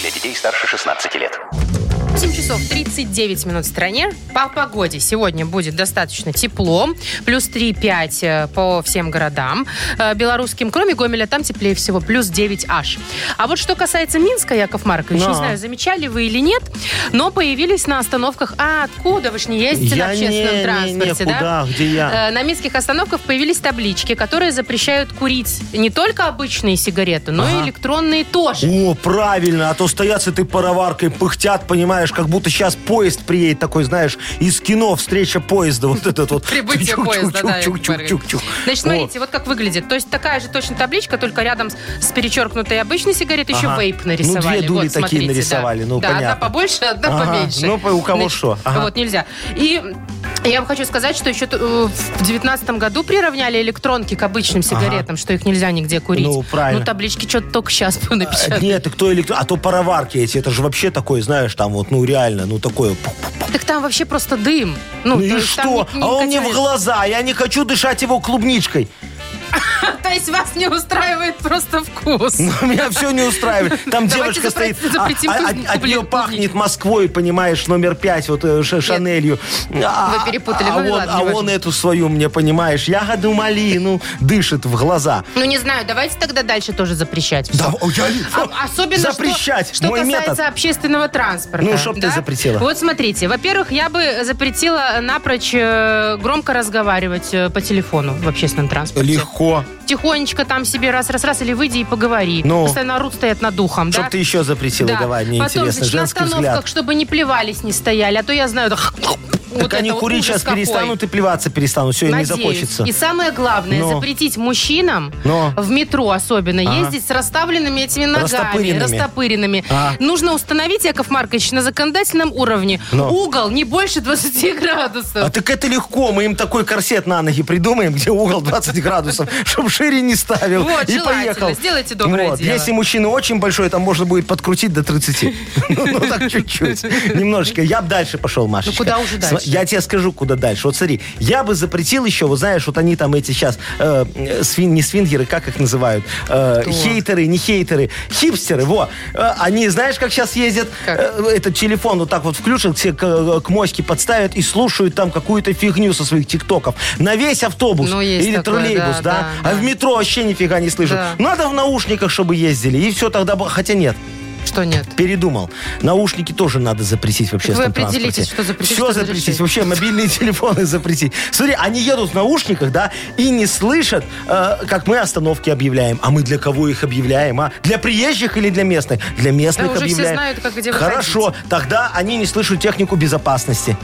[SPEAKER 4] Для детей старше 16 лет.
[SPEAKER 1] 7 часов 39 минут в стране. По погоде сегодня будет достаточно тепло. Плюс 3-5 э, по всем городам э, белорусским. Кроме Гомеля, там теплее всего. Плюс 9 аж. А вот что касается Минска, Яков Маркович, не
[SPEAKER 2] Да.
[SPEAKER 1] знаю, замечали вы или нет, но появились на остановках... А, откуда вы ж не ездите на общественном транспорте, да?
[SPEAKER 2] куда, где я.
[SPEAKER 1] Э, На минских остановках появились таблички, которые запрещают курить не только обычные сигареты, но и
[SPEAKER 2] Ага.
[SPEAKER 1] электронные тоже.
[SPEAKER 2] О, правильно, а то стоят с этой пароваркой, пыхтят, понимаешь, как будто сейчас поезд приедет такой, знаешь, из кино встреча поезда, вот этот вот.
[SPEAKER 1] Прибытие
[SPEAKER 2] Чук-чук,
[SPEAKER 1] поезда, да,
[SPEAKER 2] чук-чук,
[SPEAKER 1] Яков Маркович.
[SPEAKER 2] чук-чук.
[SPEAKER 1] Значит, смотрите, вот как выглядит. То есть такая же точно табличка, только рядом с- с перечеркнутой обычной сигаретой еще
[SPEAKER 2] Ага.
[SPEAKER 1] вейп
[SPEAKER 2] Ну,
[SPEAKER 1] нарисовали.
[SPEAKER 2] две дури
[SPEAKER 1] Вот,
[SPEAKER 2] такие
[SPEAKER 1] смотрите, да.
[SPEAKER 2] нарисовали, ну,
[SPEAKER 1] Да, одна
[SPEAKER 2] понятно.
[SPEAKER 1] побольше, одна
[SPEAKER 2] Ага.
[SPEAKER 1] поменьше.
[SPEAKER 2] Ну, по- у кого что. Ага.
[SPEAKER 1] Вот, нельзя. И... Я вам хочу сказать, что еще э, в девятнадцатом году приравняли электронки к обычным сигаретам, что их нельзя нигде курить.
[SPEAKER 2] Ну, правильно.
[SPEAKER 1] Ну, таблички что-то только сейчас
[SPEAKER 2] А,
[SPEAKER 1] напечатали.
[SPEAKER 2] Нет, и кто электро... А то пароварки эти, это же вообще такое, знаешь, там вот, ну реально, ну такое... пух-пух.
[SPEAKER 1] Так там вообще просто дым. Ну,
[SPEAKER 2] Ну
[SPEAKER 1] то
[SPEAKER 2] и
[SPEAKER 1] есть там
[SPEAKER 2] что?
[SPEAKER 1] ни- ни
[SPEAKER 2] А он мне в
[SPEAKER 1] никотина.
[SPEAKER 2] глаза, я не хочу дышать его клубничкой.
[SPEAKER 1] А То есть вас не устраивает просто вкус.
[SPEAKER 2] Ну, Меня все не устраивает. Там
[SPEAKER 1] Давайте
[SPEAKER 2] девочка стоит,
[SPEAKER 1] запретим-
[SPEAKER 2] а-
[SPEAKER 1] запретим
[SPEAKER 2] а- от-
[SPEAKER 1] клубни-
[SPEAKER 2] от нее
[SPEAKER 1] клубнику.
[SPEAKER 2] пахнет Москвой, понимаешь, номер пять, вот э, Ш- Шанелью. А-
[SPEAKER 1] Вы перепутали,
[SPEAKER 2] а
[SPEAKER 1] ну и
[SPEAKER 2] он-
[SPEAKER 1] ладно,
[SPEAKER 2] А
[SPEAKER 1] не
[SPEAKER 2] он
[SPEAKER 1] важно.
[SPEAKER 2] эту свою, мне понимаешь, ягоду малину дышит в глаза.
[SPEAKER 1] Ну, не знаю, давайте тогда дальше тоже запрещать. всё.
[SPEAKER 2] Да, о, я-
[SPEAKER 1] А- Особенно что-
[SPEAKER 2] запрещать.
[SPEAKER 1] что,
[SPEAKER 2] Мой
[SPEAKER 1] касается
[SPEAKER 2] метод.
[SPEAKER 1] общественного транспорта.
[SPEAKER 2] Ну, чтоб ты запретила.
[SPEAKER 1] Вот смотрите, во-первых, я бы запретила напрочь э, громко разговаривать э, по телефону в общественном транспорте.
[SPEAKER 2] Легко.
[SPEAKER 1] Тихонечко там себе раз-раз-раз или выйди и поговори.
[SPEAKER 2] Ну.
[SPEAKER 1] Постоянно орут, стоят над духом,
[SPEAKER 2] Чтоб
[SPEAKER 1] да?
[SPEAKER 2] ты еще запретила,
[SPEAKER 1] Да.
[SPEAKER 2] давай, мне
[SPEAKER 1] Потом,
[SPEAKER 2] интересно,
[SPEAKER 1] значит, на
[SPEAKER 2] женский
[SPEAKER 1] остановках,
[SPEAKER 2] взгляд.
[SPEAKER 1] чтобы не плевались, не стояли, а то я знаю, да, вот
[SPEAKER 2] так они
[SPEAKER 1] это вот
[SPEAKER 2] курить
[SPEAKER 1] ужас
[SPEAKER 2] сейчас
[SPEAKER 1] какой.
[SPEAKER 2] перестанут и плеваться перестанут. Все, и не
[SPEAKER 1] Надеюсь.
[SPEAKER 2] захочется.
[SPEAKER 1] И самое главное,
[SPEAKER 2] Но.
[SPEAKER 1] запретить мужчинам
[SPEAKER 2] Но.
[SPEAKER 1] в метро особенно
[SPEAKER 2] Ага.
[SPEAKER 1] ездить с расставленными этими ногами,
[SPEAKER 2] Растопыренными.
[SPEAKER 1] растопыренными.
[SPEAKER 2] А.
[SPEAKER 1] Нужно установить, Яков Маркович, на законодательном уровне
[SPEAKER 2] Но.
[SPEAKER 1] угол не больше 20 градусов.
[SPEAKER 2] А так это легко. Мы им такой корсет на ноги придумаем, где угол 20 градусов, чтобы шире не ставил.
[SPEAKER 1] Вот,
[SPEAKER 2] и
[SPEAKER 1] желательно.
[SPEAKER 2] поехал.
[SPEAKER 1] Сделайте доброе
[SPEAKER 2] Вот.
[SPEAKER 1] дело.
[SPEAKER 2] Если мужчина очень большой, там можно будет подкрутить до 30. Ну, ну, так чуть-чуть. Немножечко. Я бы дальше пошел,
[SPEAKER 1] Ну,
[SPEAKER 2] Машечка.
[SPEAKER 1] куда уже дальше?
[SPEAKER 2] Сма- Я тебе скажу, куда дальше. Вот смотри, я бы запретил еще, вот знаешь, вот они там эти сейчас, э, э, свин, не свингеры, как их называют? Э, хейтеры, не хейтеры, хипстеры, во. Э, они, знаешь, как сейчас ездят?
[SPEAKER 1] Как?
[SPEAKER 2] Э, этот телефон вот так вот включат, все к, к моське подставят и слушают там какую-то фигню со своих тиктоков. На весь автобус
[SPEAKER 1] Ну, есть
[SPEAKER 2] или
[SPEAKER 1] такое,
[SPEAKER 2] троллейбус,
[SPEAKER 1] да,
[SPEAKER 2] да?
[SPEAKER 1] да, да.
[SPEAKER 2] а в метро вообще нифига не слышат.
[SPEAKER 1] Да.
[SPEAKER 2] Надо в наушниках, чтобы ездили, и все тогда... бы- Хотя нет,
[SPEAKER 1] Что нет?
[SPEAKER 2] передумал. Наушники тоже надо запретить в общественном
[SPEAKER 1] определитесь,
[SPEAKER 2] транспорте.
[SPEAKER 1] что запретить,
[SPEAKER 2] Все
[SPEAKER 1] что
[SPEAKER 2] запретить.
[SPEAKER 1] разрешить.
[SPEAKER 2] Вообще мобильные телефоны запретить. Смотри, они едут в наушниках, да, и не слышат, э, как мы остановки объявляем. А мы для кого их объявляем, а? Для приезжих или для местных? Для местных
[SPEAKER 1] уже все
[SPEAKER 2] объявляем.
[SPEAKER 1] знают, как где выходить.
[SPEAKER 2] Хорошо, тогда они не слышат технику безопасности.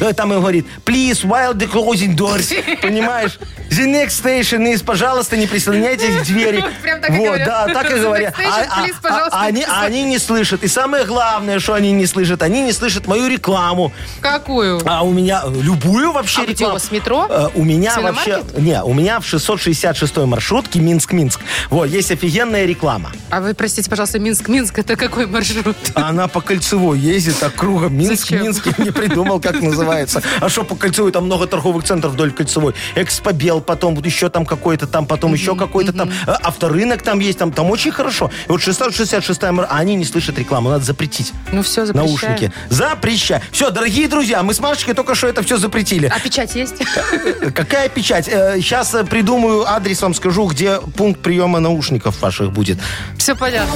[SPEAKER 2] Э, Там им говорит, please, while the closing doors. Понимаешь? The next station is, пожалуйста, не присоединяйтесь к двери.
[SPEAKER 1] Прям так и
[SPEAKER 2] вот,
[SPEAKER 1] говорят.
[SPEAKER 2] Да, так и
[SPEAKER 1] The
[SPEAKER 2] говорят.
[SPEAKER 1] next station,
[SPEAKER 2] А- а-
[SPEAKER 1] please, пожалуйста,
[SPEAKER 2] а- а они-
[SPEAKER 1] не
[SPEAKER 2] а они не слышат. И самое главное, что они не слышат, они не слышат мою рекламу.
[SPEAKER 1] Какую?
[SPEAKER 2] А у меня э, любую вообще
[SPEAKER 1] А где
[SPEAKER 2] рекламу.
[SPEAKER 1] у вас метро?
[SPEAKER 2] Э, у меня вообще...
[SPEAKER 1] Свиномаркет?
[SPEAKER 2] Не, у меня в 666 маршрутке Минск-Минск. Вот, есть офигенная реклама.
[SPEAKER 1] А вы, простите, пожалуйста, Минск-Минск, это какой маршрут?
[SPEAKER 2] А Она по кольцевой ездит, так кругом. Минск,
[SPEAKER 1] Зачем?
[SPEAKER 2] Минск, я не придумал, как называется. А что по кольцевой? Там много торговых центров вдоль кольцевой. Экспобел, потом вот еще там какой-то там, потом еще какой-то там. Э, Авторынок там есть, там, там очень хорошо. И вот 666 мар... А они не слышат рекламу, надо запретить.
[SPEAKER 1] Ну все, запрещаем.
[SPEAKER 2] Наушники. Запрещай. Все, дорогие друзья, мы с Машечкой только что это все запретили.
[SPEAKER 1] А печать есть?
[SPEAKER 2] Э, Какая печать? Сейчас придумаю адрес, вам скажу, где пункт приема наушников ваших будет.
[SPEAKER 1] Все понятно.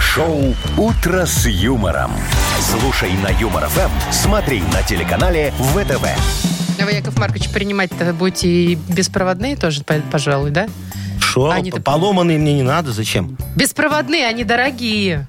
[SPEAKER 3] Шоу «Утро с юмором». Слушай на Юмор ФМ, смотри на телеканале ВТВ.
[SPEAKER 1] А вы, Яков Маркович, принимать-то будете и беспроводные тоже, п- пожалуй, да?
[SPEAKER 2] Шо?
[SPEAKER 1] А Они-то-
[SPEAKER 2] Поломанные мне не надо, зачем?
[SPEAKER 1] Беспроводные, они дорогие.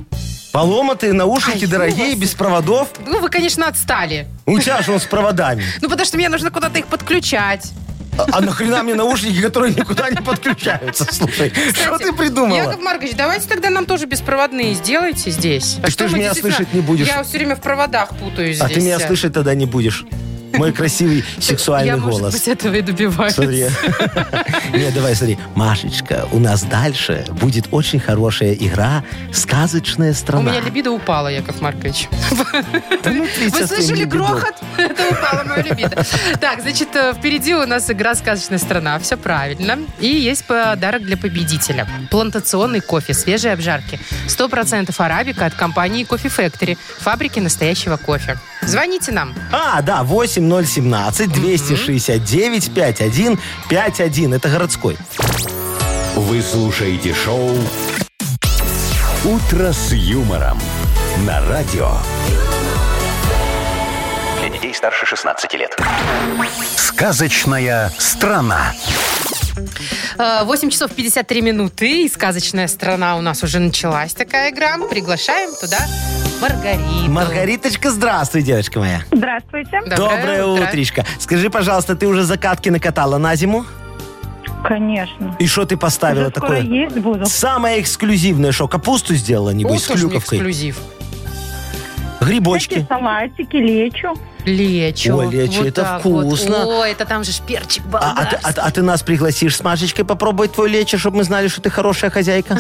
[SPEAKER 2] Поломатые наушники,
[SPEAKER 1] Ай,
[SPEAKER 2] дорогие,
[SPEAKER 1] ужас.
[SPEAKER 2] без проводов. Ну,
[SPEAKER 1] Ну, вы, конечно, отстали.
[SPEAKER 2] У тебя же он с проводами.
[SPEAKER 1] Ну, потому что мне нужно куда-то их подключать.
[SPEAKER 2] А а нахрена мне наушники, которые никуда не подключаются? Слушай, что
[SPEAKER 1] Кстати,
[SPEAKER 2] ты придумала?
[SPEAKER 1] Яков Маркович, давайте тогда нам тоже беспроводные сделайте здесь.
[SPEAKER 2] Так ты ж
[SPEAKER 1] мы
[SPEAKER 2] меня
[SPEAKER 1] действительно-
[SPEAKER 2] слышать не будешь.
[SPEAKER 1] Я все время в проводах путаюсь
[SPEAKER 2] А
[SPEAKER 1] здесь. э,
[SPEAKER 2] ты меня слышать тогда не будешь. Мой красивый
[SPEAKER 1] Я,
[SPEAKER 2] сексуальный
[SPEAKER 1] может
[SPEAKER 2] голос.
[SPEAKER 1] быть, этого и добиваюсь.
[SPEAKER 2] Смотри. Не, давай, смотри. Машечка, у нас дальше будет очень хорошая игра «Сказочная
[SPEAKER 1] У
[SPEAKER 2] страна».
[SPEAKER 1] меня либидо упала, Яков Маркович.
[SPEAKER 2] Да ну ты
[SPEAKER 1] Вы
[SPEAKER 2] со своим
[SPEAKER 1] слышали
[SPEAKER 2] лебедом.
[SPEAKER 1] грохот? Это упала моя либидо. Так, значит, э, впереди у нас игра «Сказочная страна». Все правильно. И есть подарок для победителя. Плантационный кофе свежей обжарки. 100% арабика от компании Coffee Factory. Фабрики настоящего кофе. Звоните нам.
[SPEAKER 2] А, да, 8017 269 5151. Это городской.
[SPEAKER 3] Вы слушаете шоу «Утро с юмором» на радио.
[SPEAKER 4] Для детей старше 16 лет.
[SPEAKER 3] «Сказочная страна».
[SPEAKER 1] Э, 8 часов 53 минуты. И «Сказочная страна» у нас уже началась такая игра. Приглашаем туда Маргариту.
[SPEAKER 2] Маргариточка, здравствуй, девочка моя.
[SPEAKER 9] Здравствуйте.
[SPEAKER 1] Доброе, утро.
[SPEAKER 2] утречко. Скажи, пожалуйста, ты уже закатки накатала на зиму?
[SPEAKER 9] Конечно.
[SPEAKER 2] И что ты поставила
[SPEAKER 9] Уже скоро
[SPEAKER 2] такое?
[SPEAKER 9] есть буду.
[SPEAKER 2] Самое эксклюзивное что? Капусту сделала,
[SPEAKER 1] Вот
[SPEAKER 2] небось, с
[SPEAKER 1] тоже не
[SPEAKER 2] клюковкой?
[SPEAKER 1] эксклюзив.
[SPEAKER 9] Всякие
[SPEAKER 2] Грибочки?
[SPEAKER 9] салатики, лечу.
[SPEAKER 1] Лечо.
[SPEAKER 2] О, лечо, это
[SPEAKER 1] так
[SPEAKER 2] вкусно.
[SPEAKER 1] Вот. О, это там же ж перчик
[SPEAKER 2] А, а ты,
[SPEAKER 1] болгарский.
[SPEAKER 2] а- а ты нас пригласишь с Машечкой попробовать твой лечо, чтобы мы знали, что ты хорошая хозяйка?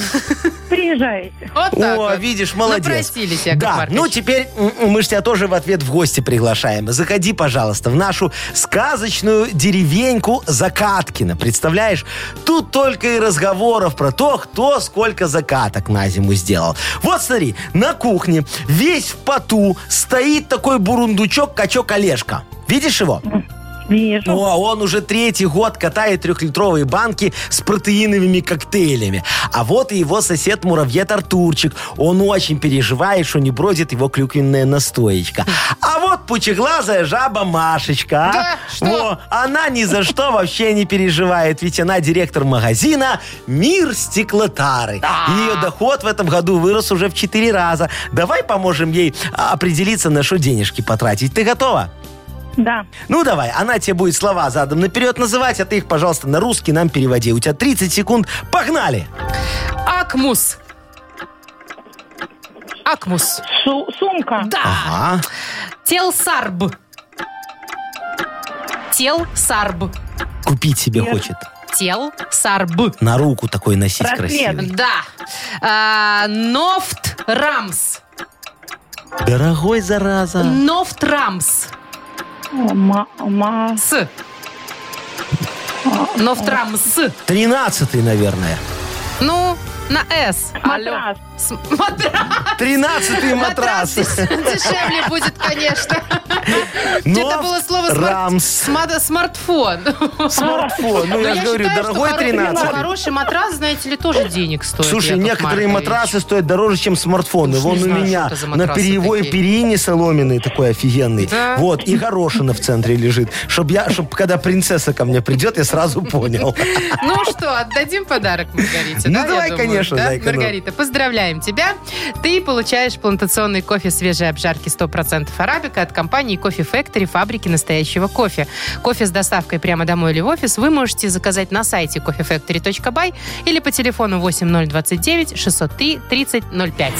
[SPEAKER 9] Приезжайте.
[SPEAKER 1] Вот
[SPEAKER 2] О,
[SPEAKER 1] так вот.
[SPEAKER 2] видишь, молодец.
[SPEAKER 1] Напросились, Яков
[SPEAKER 2] да,
[SPEAKER 1] Маркович.
[SPEAKER 2] ну теперь м, мы ж тебя тоже в ответ в гости приглашаем. Заходи, пожалуйста, в нашу сказочную деревеньку Закаткина. Представляешь, тут только и разговоров про то, кто сколько закаток на зиму сделал. Вот смотри, на кухне весь в поту стоит такой бурундучок качок Олежка. Видишь его?
[SPEAKER 9] Вижу.
[SPEAKER 2] О, Ну, а он уже третий год катает трехлитровые банки с протеиновыми коктейлями. А вот и его сосед муравьед Артурчик. Он очень переживает, что не бродит его клюквенная настоечка. А вот пучеглазая жаба Машечка. а?
[SPEAKER 1] Да, что?
[SPEAKER 2] Во, она ни за что вообще не переживает, ведь она директор магазина «Мир стеклотары». Ее доход в этом году вырос уже в 4 раза. Давай поможем ей а, определиться, на что денежки потратить. Ты готова?
[SPEAKER 9] Да.
[SPEAKER 2] Ну давай, она тебе будет слова задом наперед называть, а ты их, пожалуйста, на русский нам переводи. У тебя 30 секунд. Погнали!
[SPEAKER 1] Акмус. Акмус.
[SPEAKER 9] Су- сумка.
[SPEAKER 1] Да.
[SPEAKER 2] Ага.
[SPEAKER 1] Телсарб. Телсарб.
[SPEAKER 2] Купить себе хочет.
[SPEAKER 1] Телсарб.
[SPEAKER 2] На руку такой носить
[SPEAKER 9] Браслет.
[SPEAKER 2] красивый.
[SPEAKER 1] Да. А, Нофт Рамс.
[SPEAKER 2] Дорогой, зараза.
[SPEAKER 1] Нофт Рамс.
[SPEAKER 9] О, ма- ма-
[SPEAKER 1] С. Нофт Рамс.
[SPEAKER 2] Тринадцатый, наверное.
[SPEAKER 1] Ну, на С. Алло.
[SPEAKER 9] Матрас.
[SPEAKER 1] С- Матрас.
[SPEAKER 2] Тринадцатый
[SPEAKER 1] Матрас
[SPEAKER 2] матрас.
[SPEAKER 1] дешевле будет, конечно. Это
[SPEAKER 2] Но
[SPEAKER 1] было слово смарт-
[SPEAKER 2] Рамс.
[SPEAKER 1] смада- смартфон.
[SPEAKER 2] Смартфон.
[SPEAKER 1] Но
[SPEAKER 2] Ну, я же говорю,
[SPEAKER 1] считаю, что
[SPEAKER 2] дорогой
[SPEAKER 1] хоро- ну,
[SPEAKER 2] 13.
[SPEAKER 1] Хороший матрас, знаете ли, тоже денег стоит.
[SPEAKER 2] Слушай,
[SPEAKER 1] Яков
[SPEAKER 2] некоторые
[SPEAKER 1] Маркович.
[SPEAKER 2] матрасы стоят дороже, чем смартфоны.
[SPEAKER 1] Уж не
[SPEAKER 2] Вон у
[SPEAKER 1] знаю,
[SPEAKER 2] меня
[SPEAKER 1] что это за
[SPEAKER 2] на
[SPEAKER 1] матрасы
[SPEAKER 2] перьевой
[SPEAKER 1] такие.
[SPEAKER 2] перине соломенный такой офигенный.
[SPEAKER 1] Да?
[SPEAKER 2] Вот, и горошина в центре лежит. Чтоб я, чтоб когда принцесса ко мне придет, я сразу понял.
[SPEAKER 1] Ну что, отдадим подарок Маргарите,
[SPEAKER 2] Ну
[SPEAKER 1] да, я
[SPEAKER 2] давай,
[SPEAKER 1] думаю,
[SPEAKER 2] конечно,
[SPEAKER 1] да?
[SPEAKER 2] зайка, ну.
[SPEAKER 1] Маргарита, поздравляем тебя. Ты получаешь плантационный кофе свежей обжарки 100% арабика от компании Кофе Factory, фабрики настоящего кофе. Кофе с доставкой прямо домой или в офис вы можете заказать на сайте coffeefactory.by или по телефону 8029 603 3005.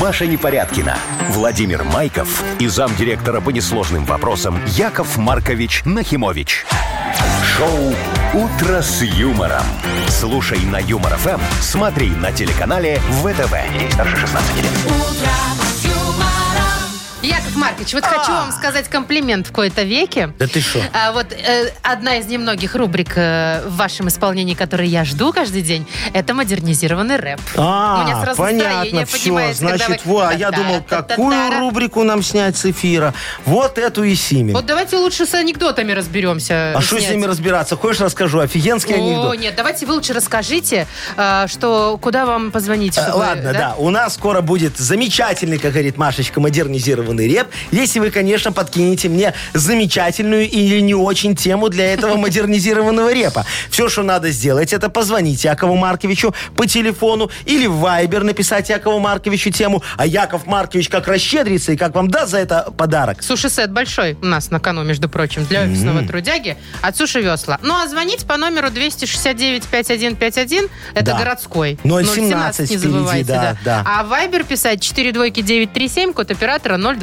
[SPEAKER 3] Маша Непорядкина, Владимир Майков и замдиректора по несложным вопросам Яков Маркович Нахимович. Шоу «Утро с юмором». Слушай на Юмор ФМ, смотри на телеканале ВТВ. Ей старше 16 лет.
[SPEAKER 1] Яков Маркович, вот хочу вам сказать комплимент в кои-то веке.
[SPEAKER 2] А! Да ты что?
[SPEAKER 1] А вот э, одна из немногих рубрик э, в вашем исполнении, которые я жду каждый день, это модернизированный рэп. У меня
[SPEAKER 2] А,
[SPEAKER 1] сразу
[SPEAKER 2] понятно,
[SPEAKER 1] настроение
[SPEAKER 2] все.
[SPEAKER 1] поднимается, когда
[SPEAKER 2] Значит,
[SPEAKER 1] вы-
[SPEAKER 2] во, а я
[SPEAKER 1] Та-та,
[SPEAKER 2] думал,
[SPEAKER 1] та-та-та.
[SPEAKER 2] какую рубрику нам снять с эфира? Вот эту и Симин.
[SPEAKER 1] Вот давайте лучше с анекдотами разберемся.
[SPEAKER 2] А что с
[SPEAKER 1] Снять.
[SPEAKER 2] ними разбираться? Хочешь, расскажу офигенский
[SPEAKER 1] О,
[SPEAKER 2] анекдот?
[SPEAKER 1] нет, давайте вы лучше расскажите, э, что куда вам позвонить.
[SPEAKER 2] Э,
[SPEAKER 1] чтобы,
[SPEAKER 2] Ладно, да? у нас скоро будет замечательный, как говорит Машечка, модернизированный реп, если вы, конечно, подкинете мне замечательную или не очень тему для этого модернизированного репа. Все, что надо сделать, это позвонить Якову Марковичу по телефону или в Вайбер написать Якову Марковичу тему, а Яков Маркович как расщедрится и как вам даст за это подарок.
[SPEAKER 1] Суши-сет большой у нас на кону, между прочим, для офисного трудяги от суши-весла. Ну, а звонить по номеру 269-5151, это
[SPEAKER 2] Да.
[SPEAKER 1] городской. Ну,
[SPEAKER 2] 017
[SPEAKER 1] не
[SPEAKER 2] впереди,
[SPEAKER 1] забывайте,
[SPEAKER 2] да, да.
[SPEAKER 1] А вайбер писать 4 двойки 937, код оператора 029.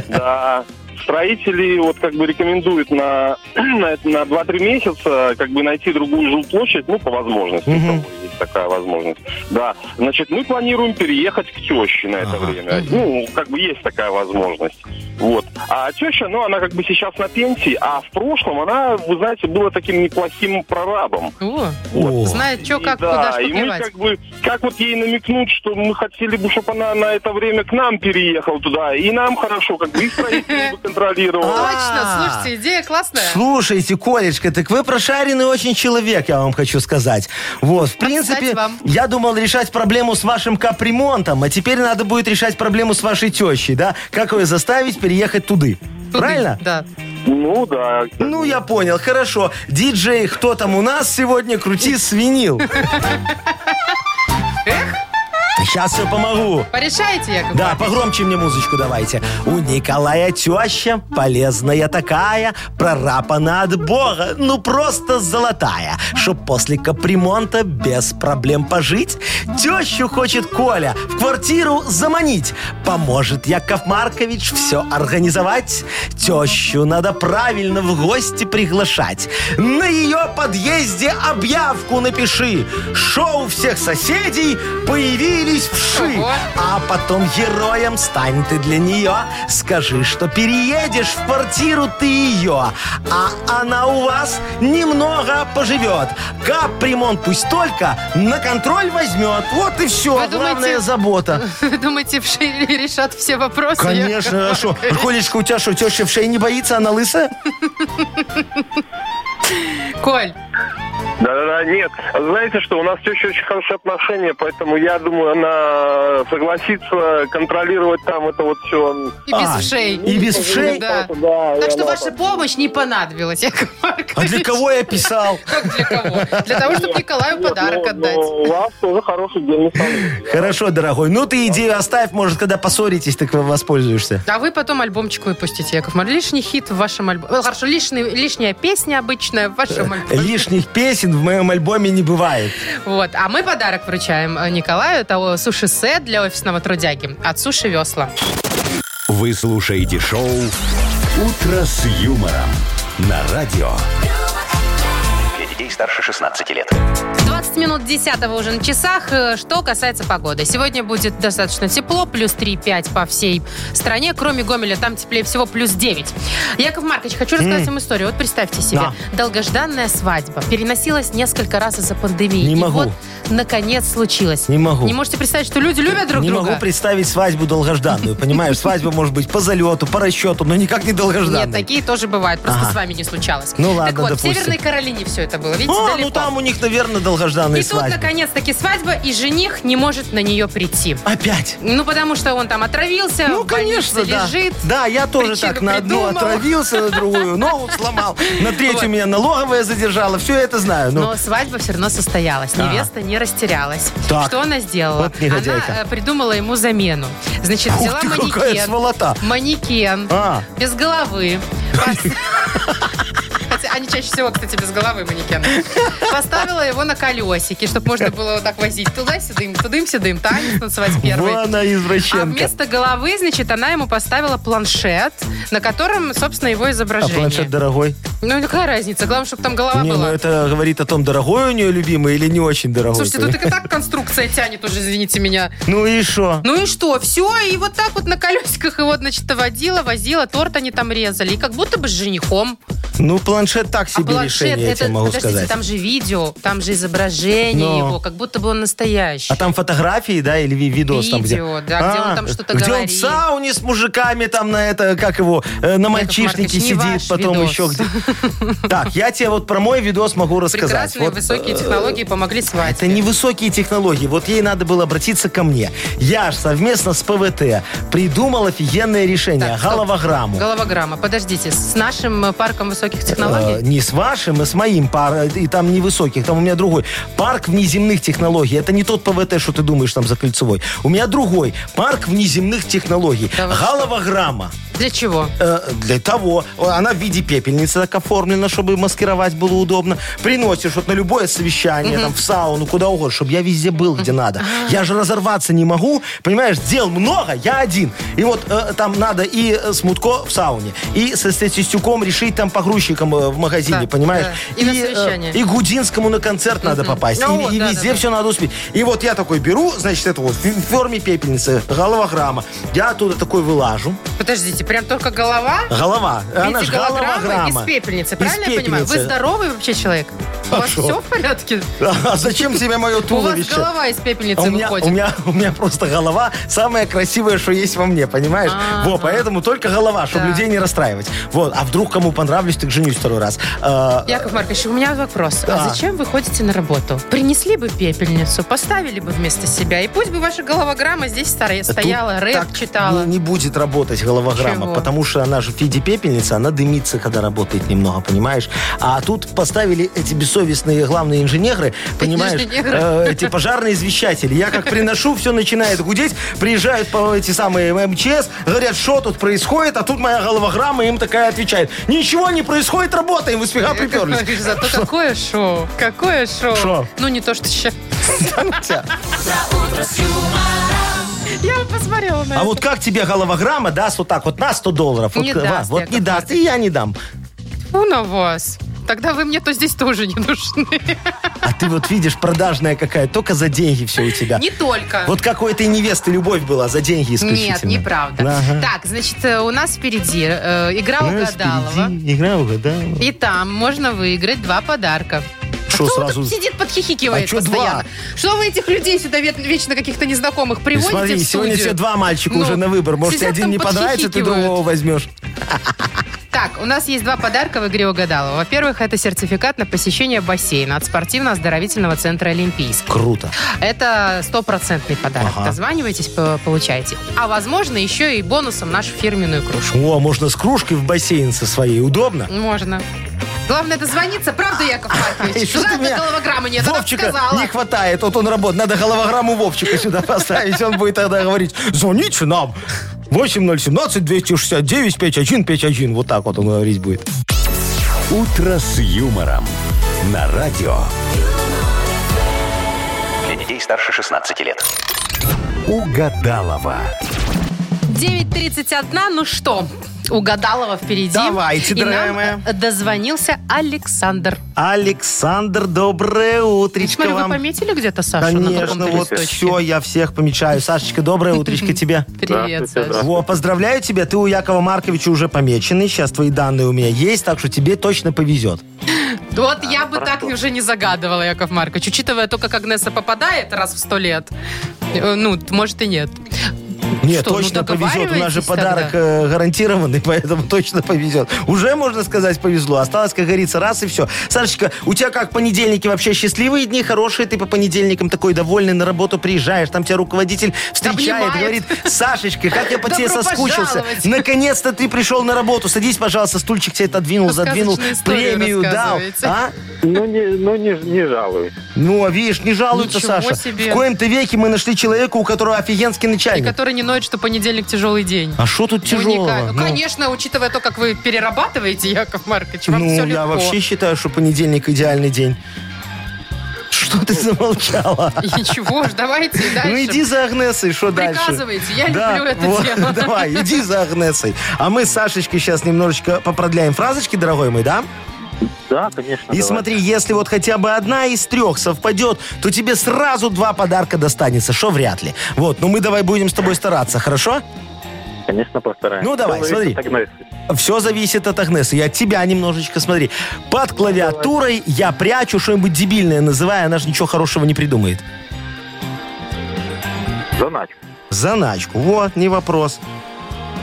[SPEAKER 5] Да. Строители вот как бы рекомендуют на, на, это- на 2-3 месяца как бы найти другую жилплощадь, ну, по возможности. у
[SPEAKER 2] Мгм.
[SPEAKER 5] кого Есть такая возможность. Да. Значит, мы планируем переехать к теще на это
[SPEAKER 2] Ага.
[SPEAKER 5] время. Ну, как бы есть такая возможность. Вот. А теща, ну, она как бы сейчас на пенсии, а в прошлом она, вы знаете, была таким неплохим прорабом.
[SPEAKER 1] О,
[SPEAKER 2] О.
[SPEAKER 1] знает, что,
[SPEAKER 5] И
[SPEAKER 1] как,
[SPEAKER 5] да,
[SPEAKER 1] куда, что
[SPEAKER 5] и мы
[SPEAKER 1] плевать.
[SPEAKER 5] как бы, как вот ей намекнуть, что мы хотели бы, чтобы она на это время к нам переехала туда, и нам хорошо, как бы и строитель бы контролировала.
[SPEAKER 1] Точно,
[SPEAKER 2] А.
[SPEAKER 1] слушайте, идея классная.
[SPEAKER 2] Слушайте, Колечка, так вы прошаренный очень человек, я вам хочу сказать. Вот, в принципе,
[SPEAKER 1] вам.
[SPEAKER 2] я думал решать проблему с вашим капремонтом, а теперь надо будет решать проблему с вашей тещей, да? Как ее заставить переехать туды?
[SPEAKER 1] Туды.
[SPEAKER 2] Правильно?
[SPEAKER 1] Да.
[SPEAKER 5] Ну да.
[SPEAKER 2] Ну, я понял, хорошо. Диджей, кто там у нас сегодня, крути свинил. Сейчас я помогу.
[SPEAKER 1] Порешайте, Яков
[SPEAKER 2] Да,
[SPEAKER 1] Маркович?
[SPEAKER 2] погромче мне музычку давайте. У Николая теща полезная такая, прорапана от бога, ну просто золотая, чтоб после капремонта без проблем пожить. Тещу хочет Коля в квартиру заманить. Поможет Яков Маркович все организовать. Тещу надо правильно в гости приглашать. На ее подъезде объявку напиши. Шоу всех соседей появились вши.
[SPEAKER 1] Ого.
[SPEAKER 2] А потом героем стань ты для нее. Скажи, что переедешь в квартиру ты ее, а она у вас немного поживет. Капремонт пусть только на контроль возьмет. Вот и все.
[SPEAKER 1] Вы думаете-
[SPEAKER 2] Главная забота.
[SPEAKER 1] Думаете, в Шире решат все вопросы?
[SPEAKER 2] Конечно, а
[SPEAKER 1] Яков
[SPEAKER 2] что?
[SPEAKER 1] Маркович?
[SPEAKER 2] Колечка, у тебя что, теща в шее не боится, она лысая?
[SPEAKER 1] Коль,
[SPEAKER 5] Да-да-да, нет. Знаете что, у нас теща очень хорошие отношения, поэтому я думаю, она согласится контролировать там это вот все.
[SPEAKER 1] и
[SPEAKER 2] А,
[SPEAKER 1] без шеи.
[SPEAKER 2] и без вшей?
[SPEAKER 1] Да.
[SPEAKER 5] Да,
[SPEAKER 1] А. Так что
[SPEAKER 5] она-
[SPEAKER 1] ваша помощь не понадобилась, Яков Маркович.
[SPEAKER 2] А для кого я писал?
[SPEAKER 1] Как для кого? Для того, чтобы Николаю
[SPEAKER 5] Нет, ну,
[SPEAKER 1] подарок
[SPEAKER 5] но-
[SPEAKER 1] отдать.
[SPEAKER 5] но У вас тоже хороший день.
[SPEAKER 2] Хорошо, дорогой. Ну ты идею оставь, может, когда поссоритесь, так воспользуешься.
[SPEAKER 1] А вы потом альбомчик выпустите, Яков Маркович. Лишний хит в вашем альбоме. Хорошо, лишний, лишняя песня обычная в вашем альбоме.
[SPEAKER 2] Лишних песен в моем альбоме не бывает.
[SPEAKER 1] Вот. А мы подарок вручаем э, Николаю. Это суши-сет для офисного трудяги от Суши Весла.
[SPEAKER 3] Вы слушаете шоу «Утро с юмором» на радио.
[SPEAKER 4] Для детей старше 16 лет.
[SPEAKER 1] 20 минут 10 уже на часах. Э, Что касается погоды. Сегодня будет достаточно тепло, плюс 3,5 по всей стране. Кроме Гомеля, там теплее всего плюс 9. Яков Маркович, хочу рассказать вам историю. Вот представьте себе, долгожданная свадьба переносилась несколько раз из-за пандемии.
[SPEAKER 2] Не
[SPEAKER 1] И
[SPEAKER 2] могу.
[SPEAKER 1] вот, наконец, случилось.
[SPEAKER 2] Не могу.
[SPEAKER 1] Не можете представить, что люди любят друг
[SPEAKER 2] не
[SPEAKER 1] друга?
[SPEAKER 2] могу представить свадьбу долгожданную, понимаешь? Свадьба может быть по залету, по расчету, но никак не долгожданная.
[SPEAKER 1] Нет, такие тоже бывают. Просто
[SPEAKER 2] Ага.
[SPEAKER 1] с вами не случалось.
[SPEAKER 2] Ну
[SPEAKER 1] так
[SPEAKER 2] ладно,
[SPEAKER 1] вот, в
[SPEAKER 2] допустим.
[SPEAKER 1] Северной Каролине все это было. Видите,
[SPEAKER 2] А,
[SPEAKER 1] далеко.
[SPEAKER 2] ну там у них, наверное, долгожданная
[SPEAKER 1] и тут,
[SPEAKER 2] свадьба.
[SPEAKER 1] наконец-таки, свадьба, и жених не может на нее прийти.
[SPEAKER 2] Опять?
[SPEAKER 1] Ну, потому что он там отравился,
[SPEAKER 2] Ну,
[SPEAKER 1] в больнице
[SPEAKER 2] конечно, да.
[SPEAKER 1] лежит.
[SPEAKER 2] Да, я тоже
[SPEAKER 1] Причину
[SPEAKER 2] так на одну
[SPEAKER 1] придумал.
[SPEAKER 2] отравился, на другую ногу сломал, на
[SPEAKER 1] Вот.
[SPEAKER 2] третью меня налоговая задержала. Все это знаю. Ну,
[SPEAKER 1] Но свадьба все равно состоялась.
[SPEAKER 2] Ага.
[SPEAKER 1] Невеста не растерялась.
[SPEAKER 2] Так.
[SPEAKER 1] Что она сделала?
[SPEAKER 2] Вот негодяйка.
[SPEAKER 1] она э, придумала ему замену. Значит,
[SPEAKER 2] Ух
[SPEAKER 1] взяла
[SPEAKER 2] ты, какая
[SPEAKER 1] манекен.
[SPEAKER 2] сволота.
[SPEAKER 1] Манекен.
[SPEAKER 2] А.
[SPEAKER 1] Без головы. Хотя они чаще всего, кстати, без головы манекены. Поставила его на колесики, чтобы можно было вот так возить туда-сюдым, тудым-сюдым, танец танцевать первый.
[SPEAKER 2] вон она
[SPEAKER 1] А
[SPEAKER 2] извращенка.
[SPEAKER 1] вместо головы, значит, она ему поставила планшет, на котором, собственно, его
[SPEAKER 2] А
[SPEAKER 1] изображение.
[SPEAKER 2] планшет дорогой.
[SPEAKER 1] Ну, какая разница? Главное, чтобы там голова
[SPEAKER 2] не, ну
[SPEAKER 1] была.
[SPEAKER 2] это говорит о том, дорогой у нее любимый или не очень дорогой.
[SPEAKER 1] Слушайте, тут и так конструкция тянет уже, извините меня.
[SPEAKER 2] Ну и что?
[SPEAKER 1] Ну и что? Все, и вот так вот на колесиках его, значит, водила, возила, торт они там резали. И как будто бы с женихом. А
[SPEAKER 2] Ну, планшет так себе решение, я тебе могу
[SPEAKER 1] подождите,
[SPEAKER 2] сказать.
[SPEAKER 1] там же видео, там же изображение
[SPEAKER 2] Но.
[SPEAKER 1] его, как будто бы он настоящий.
[SPEAKER 2] А там фотографии, да, или ви- видос там где? А,
[SPEAKER 1] Видео, да, где он там что-то
[SPEAKER 2] где
[SPEAKER 1] говорит.
[SPEAKER 2] он в сауне с мужиками там на это, как его, э, на
[SPEAKER 1] Маркович,
[SPEAKER 2] мальчишнике
[SPEAKER 1] не
[SPEAKER 2] сидит,
[SPEAKER 1] ваш
[SPEAKER 2] потом
[SPEAKER 1] видос.
[SPEAKER 2] еще где. Так, я тебе вот про мой видос могу рассказать.
[SPEAKER 1] Прекрасные
[SPEAKER 2] Вот,
[SPEAKER 1] высокие
[SPEAKER 2] э,
[SPEAKER 1] технологии помогли свадьбе.
[SPEAKER 2] Это не высокие технологии. Вот ей надо было обратиться ко мне. Я ж совместно с ПВТ придумал офигенное решение.
[SPEAKER 1] Так, стоп.
[SPEAKER 2] головограмму.
[SPEAKER 1] Головограмма. Подождите, с нашим э, парком высоких
[SPEAKER 2] Э,
[SPEAKER 1] технологий?
[SPEAKER 2] Не с вашим, а с моим пар, и там не высоких, там у меня другой. Парк внеземных технологий. Это не тот ПВТ, что ты думаешь там за кольцевой. У меня другой. Парк внеземных технологий.
[SPEAKER 1] Да вы что?
[SPEAKER 2] Головограмма.
[SPEAKER 1] Для чего?
[SPEAKER 2] Э, для того, она в виде пепельницы так оформлена, чтобы маскировать было удобно. Приносишь вот на любое совещание, там, в сауну, куда угодно, чтобы я везде был, где надо. Я же разорваться не могу, понимаешь, дел много, я один. И вот э, там надо и э, с Мутко в сауне, и со Статистюком решить там погрузчиком э, в магазине,
[SPEAKER 1] Да,
[SPEAKER 2] понимаешь?
[SPEAKER 1] да. И на
[SPEAKER 2] э,
[SPEAKER 1] совещание.
[SPEAKER 2] и Гудинскому на концерт надо попасть.
[SPEAKER 1] Ну
[SPEAKER 2] и
[SPEAKER 1] вот,
[SPEAKER 2] и
[SPEAKER 1] да,
[SPEAKER 2] везде
[SPEAKER 1] да, да.
[SPEAKER 2] все надо успеть. И вот я такой беру, значит, это вот в форме пепельницы, головограмма. Я оттуда такой вылажу,
[SPEAKER 1] Подождите, прям только голова?
[SPEAKER 2] Голова. Она
[SPEAKER 1] Видите,
[SPEAKER 2] же головограмма.
[SPEAKER 1] из пепельницы,
[SPEAKER 2] Из
[SPEAKER 1] правильно я понимаю? Вы
[SPEAKER 2] пепельницы.
[SPEAKER 1] здоровый вообще человек? У вас
[SPEAKER 2] шо?
[SPEAKER 1] все в порядке?
[SPEAKER 2] А зачем тебе мое
[SPEAKER 1] У вас
[SPEAKER 2] туловище?
[SPEAKER 1] голова из
[SPEAKER 2] А
[SPEAKER 1] пепельницы
[SPEAKER 2] у, меня, у,
[SPEAKER 1] выходит.
[SPEAKER 2] меня, у меня просто голова самая красивая, что есть во мне, понимаешь?
[SPEAKER 1] А-а.
[SPEAKER 2] Во, поэтому только голова, чтобы
[SPEAKER 1] Так.
[SPEAKER 2] людей не расстраивать. Вот, а вдруг кому понравлюсь, так женюсь второй раз. А,
[SPEAKER 1] Яков Маркович, у меня вопрос.
[SPEAKER 2] Да.
[SPEAKER 1] А зачем вы ходите на работу? Принесли бы пепельницу, поставили бы вместо себя, и пусть бы ваша головограмма здесь старе-
[SPEAKER 2] Тут
[SPEAKER 1] стояла, рэп
[SPEAKER 2] так
[SPEAKER 1] читала.
[SPEAKER 2] Не, не будет работать головограмма,
[SPEAKER 1] Чего?
[SPEAKER 2] потому что она же Фиди пепельница, она дымится, когда работает немного, понимаешь? А тут поставили эти бессовестные главные инженеры, понимаешь,
[SPEAKER 1] Инженеры.
[SPEAKER 2] э, эти пожарные извещатели. Я как приношу, все начинает гудеть, приезжают по эти самые МЧС, говорят, что тут происходит, а тут моя головограмма им такая отвечает. Ничего не происходит, работаем, вы сфига
[SPEAKER 1] Яков Маркович,
[SPEAKER 2] приперлись.
[SPEAKER 1] Зато какое шоу, какое шоу.
[SPEAKER 2] Шо?
[SPEAKER 1] Ну, не то, что сейчас. Я бы посмотрела на
[SPEAKER 2] А
[SPEAKER 1] это.
[SPEAKER 2] вот как тебе головограмма даст вот так вот на 100 долларов?
[SPEAKER 1] Не
[SPEAKER 2] вот, к- ва,
[SPEAKER 1] даст,
[SPEAKER 2] вот
[SPEAKER 1] Яков
[SPEAKER 2] не даст, и я не дам.
[SPEAKER 1] Фу на вас. Тогда вы мне то здесь тоже не нужны.
[SPEAKER 2] А ты вот видишь, продажная какая, только за деньги все у тебя.
[SPEAKER 1] Не только.
[SPEAKER 2] Вот как у этой невесты любовь была, за деньги исключительно.
[SPEAKER 1] Нет, неправда.
[SPEAKER 2] Ага.
[SPEAKER 1] Так, значит, э, у нас впереди э, игра
[SPEAKER 2] У нас
[SPEAKER 1] угадалова.
[SPEAKER 2] Ну, впереди Игра угадалова.
[SPEAKER 1] И там можно выиграть два подарка. а
[SPEAKER 2] Шо
[SPEAKER 1] кто
[SPEAKER 2] сразу?
[SPEAKER 1] тут сидит, подхихикивает
[SPEAKER 2] А чё
[SPEAKER 1] постоянно?
[SPEAKER 2] два?
[SPEAKER 1] Что вы этих людей сюда ве- вечно каких-то незнакомых
[SPEAKER 2] И
[SPEAKER 1] приводите
[SPEAKER 2] Ну, Смотри,
[SPEAKER 1] в
[SPEAKER 2] сегодня
[SPEAKER 1] студию?
[SPEAKER 2] тебе два мальчика
[SPEAKER 1] Ну,
[SPEAKER 2] уже на выбор. Может,
[SPEAKER 1] сидят
[SPEAKER 2] один
[SPEAKER 1] там,
[SPEAKER 2] не понравится, ты
[SPEAKER 1] подхихикивают.
[SPEAKER 2] другого возьмешь.
[SPEAKER 1] Так, у нас есть два подарка в игре угадалова. Во-первых, это сертификат на посещение бассейна от спортивно-оздоровительного центра «Олимпийск».
[SPEAKER 2] Круто.
[SPEAKER 1] Это стопроцентный подарок.
[SPEAKER 2] Ага.
[SPEAKER 1] Дозванивайтесь, по- получайте. А, возможно, еще и бонусом нашу фирменную кружку.
[SPEAKER 2] О, можно с кружкой в бассейн со своей. Удобно?
[SPEAKER 1] Можно. Главное дозвониться, правда, Яков
[SPEAKER 2] А, И
[SPEAKER 1] Маркович?
[SPEAKER 2] что ты
[SPEAKER 1] Жалко,
[SPEAKER 2] меня-
[SPEAKER 1] голограммы нет, она
[SPEAKER 2] Вовчика
[SPEAKER 1] сказала.
[SPEAKER 2] не хватает. Вот он работает. Надо голограмму Вовчика сюда поставить. Он будет тогда говорить, звоните нам. 8017-269-5151. Вот так вот он говорить будет.
[SPEAKER 3] «Утро с юмором» на радио.
[SPEAKER 4] Для детей старше 16 лет.
[SPEAKER 3] Угадалова.
[SPEAKER 1] 9.31, ну что, угадалова впереди.
[SPEAKER 2] Давайте,
[SPEAKER 1] И
[SPEAKER 2] дорогая
[SPEAKER 1] нам
[SPEAKER 2] моя.
[SPEAKER 1] дозвонился Александр.
[SPEAKER 2] Александр, доброе
[SPEAKER 1] Я
[SPEAKER 2] утречко
[SPEAKER 1] смотрю, вы
[SPEAKER 2] вам.
[SPEAKER 1] пометили где-то Сашу на
[SPEAKER 2] Конечно,
[SPEAKER 1] каком-то
[SPEAKER 2] вот
[SPEAKER 1] листочке?
[SPEAKER 2] все, я всех помечаю. Сашечка, доброе утречко тебе.
[SPEAKER 1] Привет, Саша.
[SPEAKER 2] Во, поздравляю тебя, ты у Якова Марковича уже помеченный, сейчас твои данные у меня есть, так что тебе точно повезет.
[SPEAKER 1] Вот я бы так уже не загадывала, Яков Маркович. Учитывая то, как Агнеса попадает раз в сто лет, э, ну, может и нет.
[SPEAKER 2] Нет,
[SPEAKER 1] Что, ну,
[SPEAKER 2] точно повезет, у нас же
[SPEAKER 1] договариваетесь
[SPEAKER 2] подарок
[SPEAKER 1] тогда?
[SPEAKER 2] э, гарантированный, поэтому точно повезет. Уже, можно сказать, повезло, осталось, как говорится, раз и все. Сашечка, у тебя как понедельники вообще счастливые дни, хорошие, ты по понедельникам такой довольный, на работу приезжаешь, там тебя руководитель встречает,
[SPEAKER 1] Обнимает.
[SPEAKER 2] говорит, Сашечка, как я по тебе
[SPEAKER 1] Добро
[SPEAKER 2] соскучился.
[SPEAKER 1] пожаловать».
[SPEAKER 2] Наконец-то ты пришел на работу, садись, пожалуйста, стульчик тебе отодвинул,
[SPEAKER 1] Сказочные
[SPEAKER 2] задвинул,
[SPEAKER 1] истории
[SPEAKER 2] премию дал.
[SPEAKER 1] рассказываете.
[SPEAKER 2] А?
[SPEAKER 8] Ну, не, ну, не, не жалуюсь.
[SPEAKER 2] Ну, а видишь, не жалуется,
[SPEAKER 1] Ничего
[SPEAKER 2] Саша.
[SPEAKER 1] себе.
[SPEAKER 2] В коем-то веке мы нашли человека, у которого офигенский
[SPEAKER 1] И
[SPEAKER 2] начальник.
[SPEAKER 1] который не ноет, что понедельник тяжелый день.
[SPEAKER 2] А что тут
[SPEAKER 1] Ну,
[SPEAKER 2] тяжелого?
[SPEAKER 1] Ника-
[SPEAKER 2] Ну,
[SPEAKER 1] Конечно, учитывая то, как вы перерабатываете, Яков Маркович, вам
[SPEAKER 2] ну,
[SPEAKER 1] все
[SPEAKER 2] я
[SPEAKER 1] легко.
[SPEAKER 2] вообще считаю, что понедельник идеальный день. Что
[SPEAKER 1] Ну.
[SPEAKER 2] ты замолчала?
[SPEAKER 1] Ничего ж, давайте дальше.
[SPEAKER 2] Ну иди за Агнесой, что дальше?
[SPEAKER 1] Приказывайте, я люблю эту
[SPEAKER 2] вот,
[SPEAKER 1] тему.
[SPEAKER 2] Давай, иди за Агнесой. А мы с Сашечкой сейчас немножечко попродляем фразочки, дорогой мой, да?
[SPEAKER 6] Да, конечно.
[SPEAKER 2] И смотри, если вот хотя бы одна из трех совпадет, то тебе сразу два подарка достанется, что вряд ли. Вот, ну мы давай будем с тобой стараться, хорошо?
[SPEAKER 6] Конечно, постараемся.
[SPEAKER 2] Ну, давай, смотри. Все зависит от Агнесы. Я от тебя немножечко, смотри. Под клавиатурой я прячу что-нибудь дебильное, называя, она же ничего хорошего не придумает.
[SPEAKER 6] Заначку.
[SPEAKER 2] Заначку. Вот, не вопрос.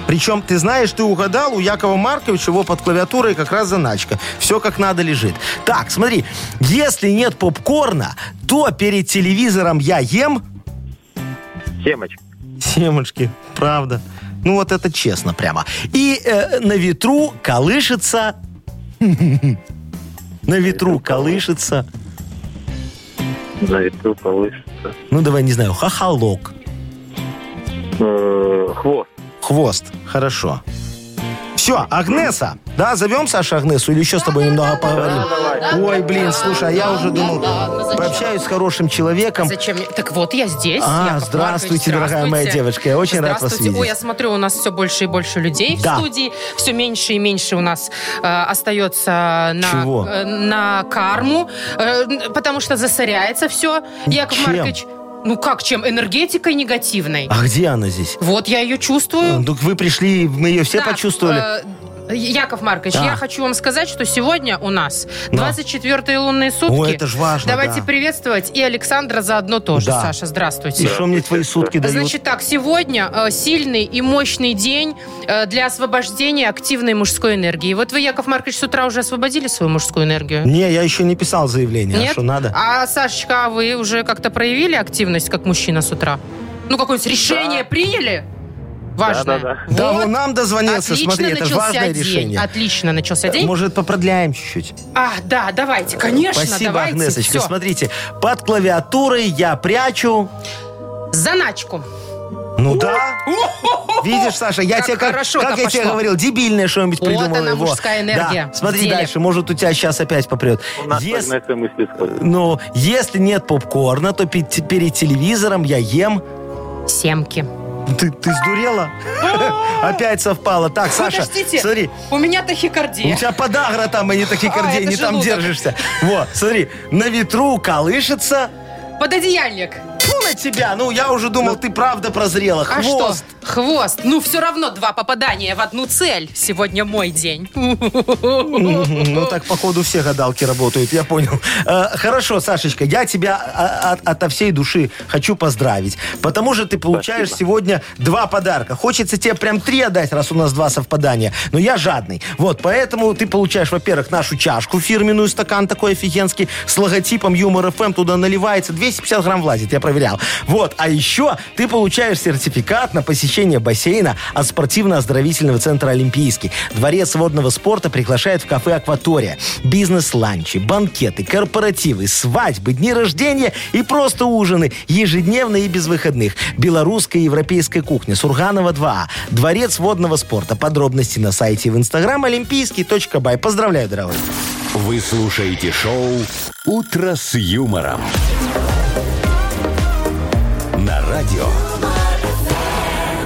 [SPEAKER 2] Причем, ты знаешь, ты угадал, у Якова Марковича его под клавиатурой как раз заначка. Все как надо лежит. Так, смотри. Если нет попкорна, то перед телевизором я ем...
[SPEAKER 6] Семочка.
[SPEAKER 2] Семочки, правда. Ну вот это честно прямо. И э, на ветру колышется... На ветру колышется...
[SPEAKER 6] На ветру повышится.
[SPEAKER 2] Ну давай, не знаю, хохолок.
[SPEAKER 6] Хвост.
[SPEAKER 2] Хвост. Хорошо. Все, Агнеса. Да, зовем Саша Агнесу или еще с тобой немного поговорим? Ой, блин, слушай, а я уже думал, пообщаюсь с хорошим человеком.
[SPEAKER 1] Зачем? мне- Так вот, я здесь.
[SPEAKER 2] А,
[SPEAKER 1] Яков
[SPEAKER 2] здравствуйте,
[SPEAKER 1] Маркович,
[SPEAKER 2] дорогая моя
[SPEAKER 1] здравствуйте.
[SPEAKER 2] девочка, я очень рад вас
[SPEAKER 1] Здравствуйте.
[SPEAKER 2] видеть.
[SPEAKER 1] Ой, я смотрю, у нас все больше и больше людей
[SPEAKER 2] Да.
[SPEAKER 1] в студии. Все меньше и меньше у нас э, остается на,
[SPEAKER 2] Чего?
[SPEAKER 1] э, на карму, э, н- потому что засоряется все. Яков
[SPEAKER 2] Чем?
[SPEAKER 1] Маркович, ну как, чем? Энергетикой негативной.
[SPEAKER 2] А где она здесь?
[SPEAKER 1] Вот я ее чувствую.
[SPEAKER 2] Ну, так вы пришли, мы ее все
[SPEAKER 1] Так,
[SPEAKER 2] почувствовали.
[SPEAKER 1] э, Яков Маркович,
[SPEAKER 2] Да.
[SPEAKER 1] я хочу вам сказать, что сегодня у нас
[SPEAKER 2] Да.
[SPEAKER 1] 24-е лунные сутки.
[SPEAKER 2] О, это ж важно,
[SPEAKER 1] Давайте
[SPEAKER 2] да.
[SPEAKER 1] приветствовать и Александра заодно тоже.
[SPEAKER 2] Да.
[SPEAKER 1] Саша, здравствуйте.
[SPEAKER 2] И что мне твои сутки дают?
[SPEAKER 1] Значит так, сегодня э, сильный и мощный день э, для освобождения активной мужской энергии. Вот вы, Яков Маркович, с утра уже освободили свою мужскую энергию?
[SPEAKER 2] Не, я еще не писал заявление, а
[SPEAKER 1] Нет?
[SPEAKER 2] что надо.
[SPEAKER 1] А, Сашечка, а вы уже как-то проявили активность как мужчина с утра? Ну, какое-нибудь решение приняли? Важное.
[SPEAKER 6] Да, да, да.
[SPEAKER 2] да,
[SPEAKER 1] Вот.
[SPEAKER 2] вон нам дозвонился,
[SPEAKER 1] Отлично
[SPEAKER 2] смотри, это ж
[SPEAKER 1] начался
[SPEAKER 2] важное
[SPEAKER 1] день.
[SPEAKER 2] решение.
[SPEAKER 1] Отлично начался день.
[SPEAKER 2] Может, попродляем чуть-чуть?
[SPEAKER 1] А, да, давайте, конечно,
[SPEAKER 2] Спасибо,
[SPEAKER 1] давайте.
[SPEAKER 2] Агнесочка.
[SPEAKER 1] всё.
[SPEAKER 2] Смотрите, под клавиатурой я прячу...
[SPEAKER 1] Заначку.
[SPEAKER 2] Ну да. Видишь, Саша, я
[SPEAKER 1] Как
[SPEAKER 2] тебе как,
[SPEAKER 1] хорошо-то
[SPEAKER 2] как я тебе
[SPEAKER 1] пошло.
[SPEAKER 2] говорил, дебильное что-нибудь
[SPEAKER 1] Вот
[SPEAKER 2] придумал.
[SPEAKER 1] она,
[SPEAKER 2] его.
[SPEAKER 1] мужская энергия
[SPEAKER 2] Да.
[SPEAKER 1] в
[SPEAKER 2] Смотри
[SPEAKER 1] деле.
[SPEAKER 2] дальше, может у тебя сейчас опять попрет.
[SPEAKER 6] У нас
[SPEAKER 2] Ес-
[SPEAKER 6] одна и та мысль исходит.
[SPEAKER 2] Ну, если нет попкорна, то пе- перед телевизором я ем.
[SPEAKER 1] Семки.
[SPEAKER 2] Ты, ты сдурела? Опять совпало. Так, Саша,
[SPEAKER 1] А! Подождите.
[SPEAKER 2] смотри,
[SPEAKER 1] У меня
[SPEAKER 2] у
[SPEAKER 1] тахикардия.
[SPEAKER 2] тебя подагра там, а не
[SPEAKER 1] А,
[SPEAKER 2] тахикардия,
[SPEAKER 1] это
[SPEAKER 2] не там
[SPEAKER 1] желудок.
[SPEAKER 2] держишься. Вот, смотри, на ветру колышется.
[SPEAKER 1] Пододеяльник.
[SPEAKER 2] Фу на тебя, ну я уже думал, ты правда прозрела.
[SPEAKER 1] А
[SPEAKER 2] Хвост.
[SPEAKER 1] что? Хвост. Ну, все равно два попадания в одну цель. Сегодня мой день.
[SPEAKER 2] Мгм, Ну, так, походу, все гадалки работают, я понял. Э, Хорошо, Сашечка, я тебя а- от- ото всей души хочу поздравить. Потому что ты получаешь сегодня два подарка. Хочется тебе прям три отдать, раз у нас два совпадания. Но я жадный. Вот, поэтому ты получаешь, во-первых, нашу чашку фирменную, стакан такой офигенский, с логотипом Юмор ФМ туда наливается. 250 грамм влазит, я проверял. Вот, а еще ты получаешь сертификат на посещение бассейна от спортивно-оздоровительного центра «Олимпийский». Дворец водного спорта приглашает в кафе «Акватория». Бизнес-ланчи, банкеты, корпоративы, свадьбы, дни рождения и просто ужины. Ежедневно и без выходных. Белорусская и европейская кухня. Сурганова 2 Дворец водного спорта. Подробности на сайте и в инстаграм олимпийский.бай. Поздравляю, дорогой.
[SPEAKER 3] Вы слушаете шоу «Утро с юмором». На радио.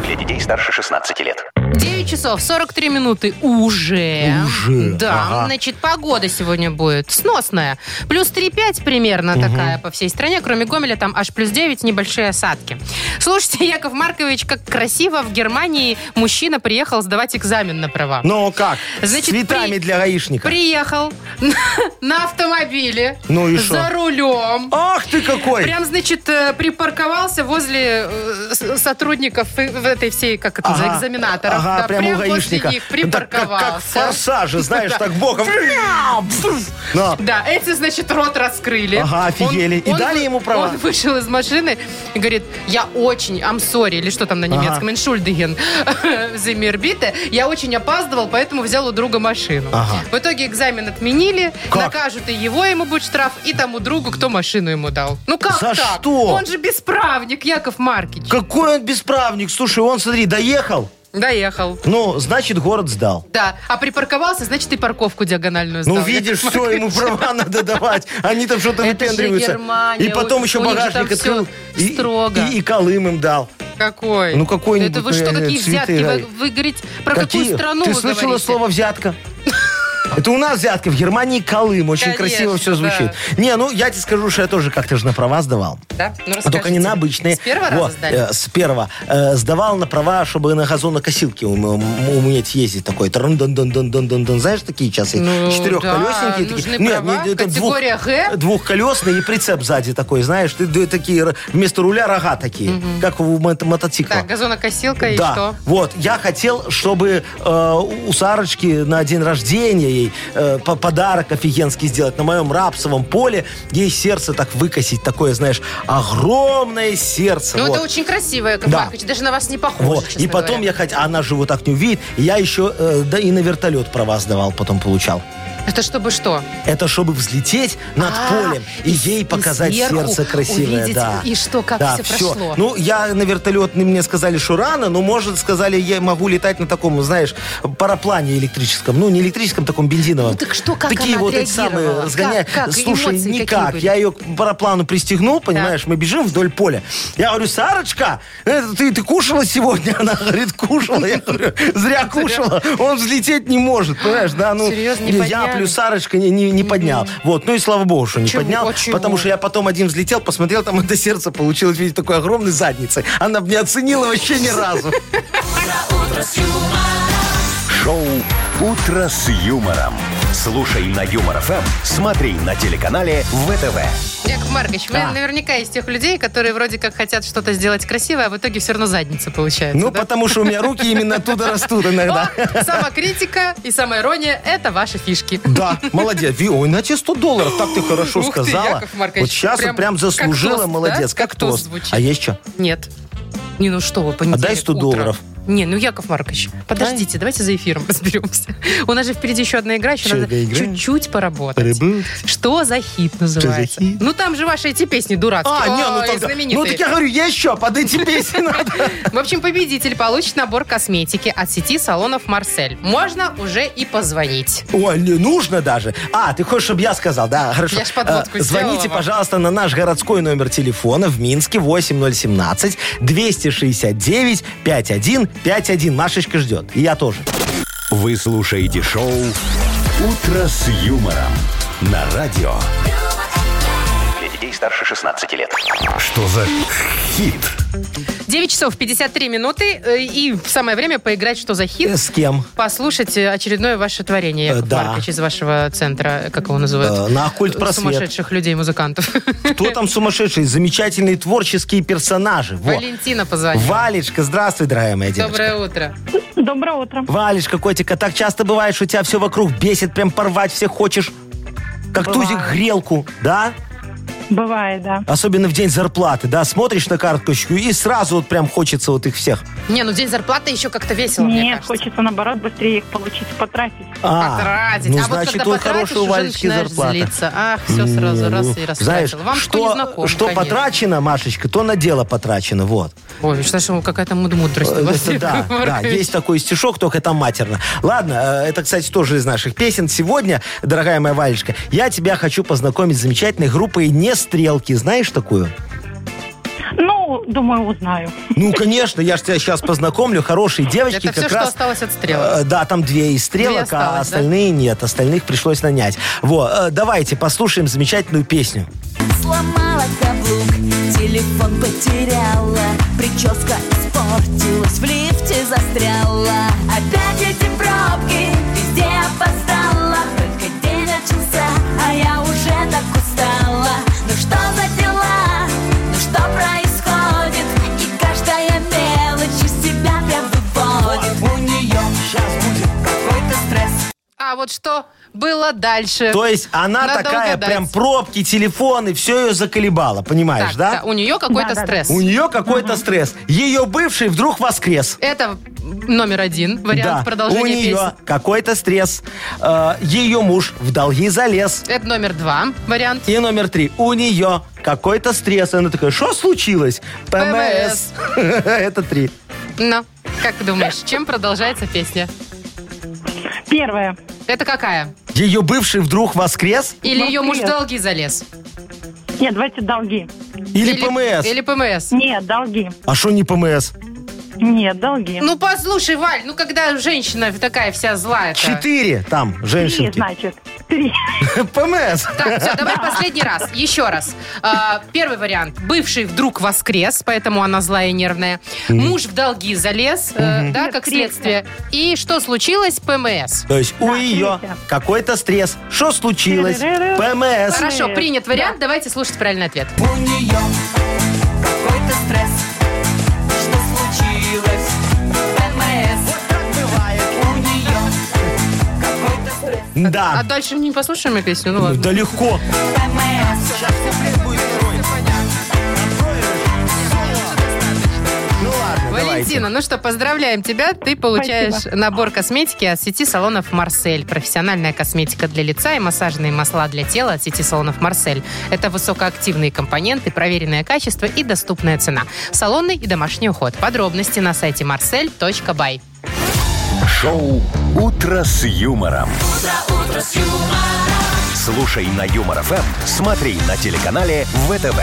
[SPEAKER 4] Для детей старше 16 лет.
[SPEAKER 1] 9 часов 43 минуты уже.
[SPEAKER 2] Уже,
[SPEAKER 1] Да,
[SPEAKER 2] ага.
[SPEAKER 1] значит, погода сегодня будет сносная. Плюс 3,5 примерно такая по всей стране. Кроме Гомеля там аж плюс 9, небольшие осадки. Слушайте, Яков Маркович, как красиво в Германии мужчина приехал сдавать экзамен на права.
[SPEAKER 2] Ну как?
[SPEAKER 1] Значит,
[SPEAKER 2] С цветами
[SPEAKER 1] при-
[SPEAKER 2] для гаишника.
[SPEAKER 1] Приехал на автомобиле,
[SPEAKER 2] Ну и
[SPEAKER 1] за
[SPEAKER 2] шо?
[SPEAKER 1] рулем.
[SPEAKER 2] Ах ты какой!
[SPEAKER 1] Прям, значит, э, припарковался возле э, с- сотрудников э, в этой всей, как это, за
[SPEAKER 2] Ага.
[SPEAKER 1] экзаменаторов.
[SPEAKER 2] Ага,
[SPEAKER 1] Да,
[SPEAKER 2] прям, у
[SPEAKER 1] возле
[SPEAKER 2] гаишника.
[SPEAKER 1] них
[SPEAKER 2] Так, как,
[SPEAKER 1] припарковался.
[SPEAKER 2] как в форсаже, знаешь, так боком. На.
[SPEAKER 1] Да, эти, значит, рот раскрыли.
[SPEAKER 2] Ага, офигели. И дали ему права?
[SPEAKER 1] Он вышел из машины и говорит, я очень, I'm sorry, или что там на немецком, entschuldigen, за мир биты. я очень опаздывал, поэтому взял у друга машину.
[SPEAKER 2] Ага.
[SPEAKER 1] В итоге экзамен отменили,
[SPEAKER 2] Как?
[SPEAKER 1] накажут и его, ему будет штраф, и тому другу, кто машину ему дал. Ну как
[SPEAKER 2] За
[SPEAKER 1] так?
[SPEAKER 2] что?
[SPEAKER 1] Он же бесправник, Яков Маркич.
[SPEAKER 2] Какой он бесправник. Слушай, он, смотри, доехал.
[SPEAKER 1] Доехал.
[SPEAKER 2] Ну, значит, город сдал.
[SPEAKER 1] Да, а припарковался, значит, и парковку диагональную сдал.
[SPEAKER 2] Ну,
[SPEAKER 1] Яков
[SPEAKER 2] видишь, все,
[SPEAKER 1] Маркович.
[SPEAKER 2] ему права надо давать. Они там что-то
[SPEAKER 1] Это же
[SPEAKER 2] выпендриваются.
[SPEAKER 1] Германия,
[SPEAKER 2] И потом
[SPEAKER 1] у-
[SPEAKER 2] еще
[SPEAKER 1] у них же там
[SPEAKER 2] багажник
[SPEAKER 1] всё
[SPEAKER 2] открыл. И,
[SPEAKER 1] строго.
[SPEAKER 2] и- и Колым им дал.
[SPEAKER 1] Какой?
[SPEAKER 2] Ну, какой-нибудь,
[SPEAKER 1] Это вы что,
[SPEAKER 2] наверное,
[SPEAKER 1] какие взятки?
[SPEAKER 2] цветы,
[SPEAKER 1] Вы,
[SPEAKER 2] Рай.
[SPEAKER 1] вы говорите, про какую страну
[SPEAKER 2] Ты
[SPEAKER 1] вы
[SPEAKER 2] слышала
[SPEAKER 1] говорите?
[SPEAKER 2] слово «взятка»? Это у нас взятка, в Германии Колым. Очень
[SPEAKER 1] Конечно,
[SPEAKER 2] красиво все звучит. Не, ну я тебе скажу, что я тоже как-то же на права сдавал.
[SPEAKER 1] Да? Ну,
[SPEAKER 2] А Только не
[SPEAKER 1] расскажите.
[SPEAKER 2] на обычные.
[SPEAKER 1] С первого
[SPEAKER 2] Во,
[SPEAKER 1] раза сдали?
[SPEAKER 2] э, с первого. Э, сдавал на права, чтобы на газонокосилке ум- ум- уметь ездить такой. трын дын дын дын дын дын дын Знаешь, такие часы?
[SPEAKER 1] Ну,
[SPEAKER 2] Четырехколесненькие.
[SPEAKER 1] да,
[SPEAKER 2] такие. ну,
[SPEAKER 1] нужны права. Категория Г.
[SPEAKER 2] Двухколесные и прицеп сзади такой, знаешь. Ты, ты такие р- вместо руля рога такие, как у мото- мотоцикла.
[SPEAKER 1] Так, газонокосилка и
[SPEAKER 2] Да,
[SPEAKER 1] что?
[SPEAKER 2] вот, я хотел, чтобы э, у Сарочки на день рождения ей э, по- подарок офигенский сделать. На моем рапсовом поле ей сердце так выкосить, такое, знаешь, огромное сердце.
[SPEAKER 1] Ну,
[SPEAKER 2] вот.
[SPEAKER 1] это очень красиво, Яков
[SPEAKER 2] Да.
[SPEAKER 1] Маркович. Даже на вас не похоже,
[SPEAKER 2] Вот.
[SPEAKER 1] честно
[SPEAKER 2] И потом
[SPEAKER 1] говоря.
[SPEAKER 2] я хоть, а она же вот так не увидит, и я еще, э, да и на вертолет права сдавал, потом получал.
[SPEAKER 1] Это чтобы что?
[SPEAKER 2] Это чтобы взлететь над
[SPEAKER 1] А,
[SPEAKER 2] полем и,
[SPEAKER 1] и с- и
[SPEAKER 2] ей показать
[SPEAKER 1] сверху
[SPEAKER 2] сердце красивое.
[SPEAKER 1] увидеть,
[SPEAKER 2] да.
[SPEAKER 1] и что, как
[SPEAKER 2] Да,
[SPEAKER 1] всё
[SPEAKER 2] всё.
[SPEAKER 1] прошло.
[SPEAKER 2] Ну, я на вертолетный мне сказали, что рано, но, может, сказали, я могу летать на таком, знаешь, параплане электрическом. Ну, не электрическом, таком бензиновом.
[SPEAKER 1] Ну, так что, как
[SPEAKER 2] Такие
[SPEAKER 1] она
[SPEAKER 2] вот эти самые
[SPEAKER 1] отреагировала?
[SPEAKER 2] разгоняют.
[SPEAKER 1] Как- как?
[SPEAKER 2] Слушай,
[SPEAKER 1] Эмоции какие
[SPEAKER 2] никак.
[SPEAKER 1] были?
[SPEAKER 2] Я ее к параплану пристегнул, понимаешь, мы бежим вдоль поля. Я говорю, Сарочка, это ты, ты кушала сегодня? Она говорит, кушала. Я говорю, зря кушала. Он взлететь не может, понимаешь, да? Ну,
[SPEAKER 1] Серьезно, не
[SPEAKER 2] я
[SPEAKER 1] подняли?
[SPEAKER 2] плюс Сарочка не, не, не поднял. Вот, ну и слава богу, что не
[SPEAKER 1] Чего?
[SPEAKER 2] поднял.
[SPEAKER 1] А чего?
[SPEAKER 2] Потому что я потом один взлетел, посмотрел, там это сердце получилось, видите, такой огромной задницей. Она бы не оценила вообще ни разу.
[SPEAKER 3] Шоу «Утро с юмором». Слушай на Юмор ФМ, смотри на телеканале ВТВ.
[SPEAKER 1] Яков Маркович, вы
[SPEAKER 2] Да.
[SPEAKER 1] наверняка из тех людей, которые вроде как хотят что-то сделать красивое, а в итоге все равно задница получается.
[SPEAKER 2] Ну,
[SPEAKER 1] да?
[SPEAKER 2] потому что у меня руки именно оттуда растут иногда.
[SPEAKER 1] О, самокритика и самоирония – это ваши фишки.
[SPEAKER 2] Да, молодец. Ви, Ой, на те 100 долларов, так ты хорошо
[SPEAKER 1] Ух ты,
[SPEAKER 2] сказала.
[SPEAKER 1] Яков Маркович,
[SPEAKER 2] Вот сейчас
[SPEAKER 1] прям
[SPEAKER 2] вот прям
[SPEAKER 1] как
[SPEAKER 2] заслужила,
[SPEAKER 1] тост, да?
[SPEAKER 2] молодец.
[SPEAKER 1] Как
[SPEAKER 2] Как
[SPEAKER 1] тост
[SPEAKER 2] тост.
[SPEAKER 1] звучит.
[SPEAKER 2] А есть что?
[SPEAKER 1] Нет. Не, ну что вы, понедельник
[SPEAKER 2] А дай 100
[SPEAKER 1] утром.
[SPEAKER 2] долларов.
[SPEAKER 1] Не, ну Яков Маркович, подождите, давайте за эфиром разберемся. У нас же впереди еще одна игра, еще
[SPEAKER 2] Еще
[SPEAKER 1] надо
[SPEAKER 2] одна игра?
[SPEAKER 1] чуть-чуть поработать. Что за хит называется?
[SPEAKER 2] хит?
[SPEAKER 1] Ну там же ваши эти песни дурацкие.
[SPEAKER 2] А, не, ну
[SPEAKER 1] Ой,
[SPEAKER 2] тогда...
[SPEAKER 1] знаменитые.
[SPEAKER 2] Ну, так я говорю, есть что, под эти песни надо.
[SPEAKER 1] В общем, победитель получит набор косметики от сети салонов «Марсель». Можно уже и позвонить.
[SPEAKER 2] Ой, не нужно даже. А, ты хочешь, чтобы я сказал? Да, хорошо.
[SPEAKER 1] Я ж подводку
[SPEAKER 2] Э, Звоните,
[SPEAKER 1] сделала вам.
[SPEAKER 2] пожалуйста, на наш городской номер телефона в Минске 8017-269-5151. Машечка ждет. И я тоже.
[SPEAKER 3] Вы слушаете шоу «Утро с юмором» на радио.
[SPEAKER 4] Для детей старше 16 лет.
[SPEAKER 3] Что за хит?
[SPEAKER 1] 9 часов 53 минуты, э, и в самое время поиграть «Что за
[SPEAKER 2] Э,
[SPEAKER 1] хит?»
[SPEAKER 2] С кем?
[SPEAKER 1] Послушать э, очередное ваше творение, Яков
[SPEAKER 2] Э, да.
[SPEAKER 1] Маркович, из вашего центра, э, как его называют?
[SPEAKER 2] Э, на оккульт просвет.
[SPEAKER 1] Сумасшедших людей-музыкантов.
[SPEAKER 2] Кто там сумасшедший? Замечательные творческие персонажи. Во.
[SPEAKER 1] Валентина позвонила.
[SPEAKER 2] Валечка, здравствуй, дорогая моя девочка.
[SPEAKER 1] Доброе утро.
[SPEAKER 9] Доброе утро.
[SPEAKER 2] Валечка, котик, а так часто бывает, что тебя все вокруг бесит, прям порвать всех хочешь. Как тузик грелку, да?
[SPEAKER 9] Бывает, да.
[SPEAKER 2] Особенно в день зарплаты, да? Смотришь на карточку и сразу вот прям хочется вот их всех.
[SPEAKER 1] Не, ну день зарплаты еще как-то весело, мне
[SPEAKER 9] Нет,
[SPEAKER 1] кажется.
[SPEAKER 9] хочется наоборот быстрее их получить, потратить.
[SPEAKER 2] А,
[SPEAKER 1] Потратить.
[SPEAKER 2] ну
[SPEAKER 1] а вот
[SPEAKER 2] значит,
[SPEAKER 1] когда
[SPEAKER 2] ой,
[SPEAKER 1] потратишь,
[SPEAKER 2] хорошая у
[SPEAKER 1] уже
[SPEAKER 2] Валечки
[SPEAKER 1] начинаешь
[SPEAKER 2] зарплата.
[SPEAKER 1] злиться. Ах, все сразу
[SPEAKER 2] Не,
[SPEAKER 1] раз
[SPEAKER 2] ну,
[SPEAKER 1] и растратил.
[SPEAKER 2] Знаешь,
[SPEAKER 1] Вам
[SPEAKER 2] что,
[SPEAKER 1] кто не знаком,
[SPEAKER 2] что
[SPEAKER 1] конечно.
[SPEAKER 2] потрачено, Машечка, то на дело потрачено, вот.
[SPEAKER 1] Ой, что ж, какая-то муд- мудрость у вас,
[SPEAKER 2] Это да,
[SPEAKER 1] Яков
[SPEAKER 2] да,
[SPEAKER 1] Маркович.
[SPEAKER 2] есть такой стишок, только там матерно. Ладно, э, это, кстати, тоже из наших песен. Сегодня, дорогая моя Валечка, я тебя хочу познакомить с замечательной группой «Не стрелки». Знаешь такую?
[SPEAKER 9] Ну, думаю, узнаю.
[SPEAKER 2] Ну, конечно, я же тебя сейчас познакомлю. Хорошие девочки
[SPEAKER 1] Это все,
[SPEAKER 2] как
[SPEAKER 1] что
[SPEAKER 2] раз...
[SPEAKER 1] осталось от стрелок.
[SPEAKER 2] э, Да, там две из
[SPEAKER 1] Две
[SPEAKER 2] стрелок,
[SPEAKER 1] осталось, да?
[SPEAKER 2] а остальные нет. Остальных пришлось нанять. Во, э, давайте послушаем замечательную песню.
[SPEAKER 10] Сломала каблук, телефон потеряла Прическа испортилась, в лифте застряла Опять эти пробки, везде опоздала Только день начался, а я уже так устала Ну что за дела, ну что происходит И каждая мелочь из себя прям выводит У нее сейчас будет какой-то стресс
[SPEAKER 1] А вот что было дальше?
[SPEAKER 2] То есть она
[SPEAKER 1] Э, Надо
[SPEAKER 2] такая
[SPEAKER 1] угадать.
[SPEAKER 2] прям пробки, телефоны, все ее заколебало, понимаешь,
[SPEAKER 1] Так,
[SPEAKER 2] да?
[SPEAKER 1] да, у нее какой-то
[SPEAKER 9] Да, да,
[SPEAKER 1] стресс.
[SPEAKER 2] У нее какой-то стресс. Ее бывший вдруг воскрес.
[SPEAKER 1] Это номер один вариант
[SPEAKER 2] да,
[SPEAKER 1] продолжения
[SPEAKER 2] у нее
[SPEAKER 1] песни.
[SPEAKER 2] какой-то стресс. Э, ее муж в долги залез.
[SPEAKER 1] Это номер два вариант.
[SPEAKER 2] И номер три. У нее какой-то стресс. Она такая, что случилось? ПМС. Это три.
[SPEAKER 1] Ну, как ты думаешь, чем продолжается песня?
[SPEAKER 9] Первое.
[SPEAKER 1] Это какая?
[SPEAKER 2] Ее бывший вдруг воскрес?
[SPEAKER 1] Или ее муж в
[SPEAKER 9] Воскрес.
[SPEAKER 1] долги залез?
[SPEAKER 9] Нет, давайте долги.
[SPEAKER 2] Или, ПМС?
[SPEAKER 1] Или ПМС.
[SPEAKER 9] Нет, долги.
[SPEAKER 2] А что не ПМС?
[SPEAKER 9] Нет, долги.
[SPEAKER 1] Ну, послушай, Валь, ну, когда женщина такая вся злая
[SPEAKER 2] Четыре там,
[SPEAKER 9] Три,
[SPEAKER 2] женщинки.
[SPEAKER 9] значит. Три.
[SPEAKER 2] ПМС.
[SPEAKER 1] Так, все, давай последний раз. Еще раз. А, Первый вариант. Бывший вдруг воскрес, поэтому она злая и нервная. Муж в долги залез, э, да, как
[SPEAKER 9] Третья.
[SPEAKER 1] следствие. И что случилось? ПМС.
[SPEAKER 2] То есть у
[SPEAKER 9] Да,
[SPEAKER 2] ее
[SPEAKER 9] третья.
[SPEAKER 2] какой-то стресс. Что случилось?
[SPEAKER 9] Тыры-ры-ры.
[SPEAKER 2] ПМС.
[SPEAKER 1] Хорошо, принят вариант. Давайте слушать правильный ответ.
[SPEAKER 10] У нее какой-то стресс. Что случилось? ПМС. Вот так бывает. У нее какой-то стресс.
[SPEAKER 1] А
[SPEAKER 2] Да.
[SPEAKER 1] дальше не послушаем песню? Ну ладно.
[SPEAKER 2] Да легко.
[SPEAKER 10] ПМС.
[SPEAKER 2] Ну ладно, давайте.
[SPEAKER 1] Валентина, ну что, поздравляем тебя. Ты получаешь набор косметики от сети салонов «Марсель». Профессиональная косметика для лица и массажные масла для тела от сети салонов «Марсель». Это высокоактивные компоненты, проверенное качество и доступная цена. Салонный и домашний уход. Подробности на сайте marsel.by.
[SPEAKER 3] Шоу «Утро с юмором». Слушай на Юмор ФМ, смотри на телеканале ВТВ.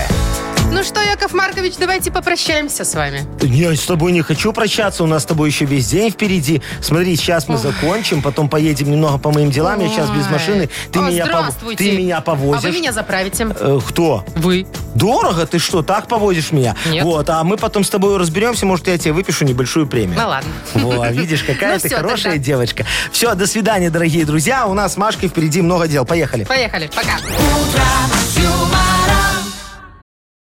[SPEAKER 1] Ну что, Яков Маркович, давайте попрощаемся с вами.
[SPEAKER 2] Я с тобой не хочу прощаться, у нас с тобой еще весь день впереди. Смотри, сейчас мы закончим, потом поедем немного по моим делам, я сейчас без
[SPEAKER 1] Ой.
[SPEAKER 2] машины. Ты,
[SPEAKER 1] О,
[SPEAKER 2] меня, пов-
[SPEAKER 1] здравствуйте.
[SPEAKER 2] ты меня повозишь.
[SPEAKER 1] А вы меня заправите?
[SPEAKER 2] Э, кто?
[SPEAKER 1] Вы.
[SPEAKER 2] Дорого? Ты что, так поводишь меня?
[SPEAKER 1] Нет.
[SPEAKER 2] Вот, а мы потом с тобой разберемся, может, я тебе выпишу небольшую премию.
[SPEAKER 1] Ну ладно.
[SPEAKER 2] Во, видишь, какая
[SPEAKER 1] Ну
[SPEAKER 2] ты
[SPEAKER 1] всё,
[SPEAKER 2] хорошая
[SPEAKER 1] тогда.
[SPEAKER 2] девочка. Все, до свидания, дорогие друзья. У нас с Машкой впереди много дел. Поехали.
[SPEAKER 1] Поехали, пока.
[SPEAKER 10] Утро с юмором.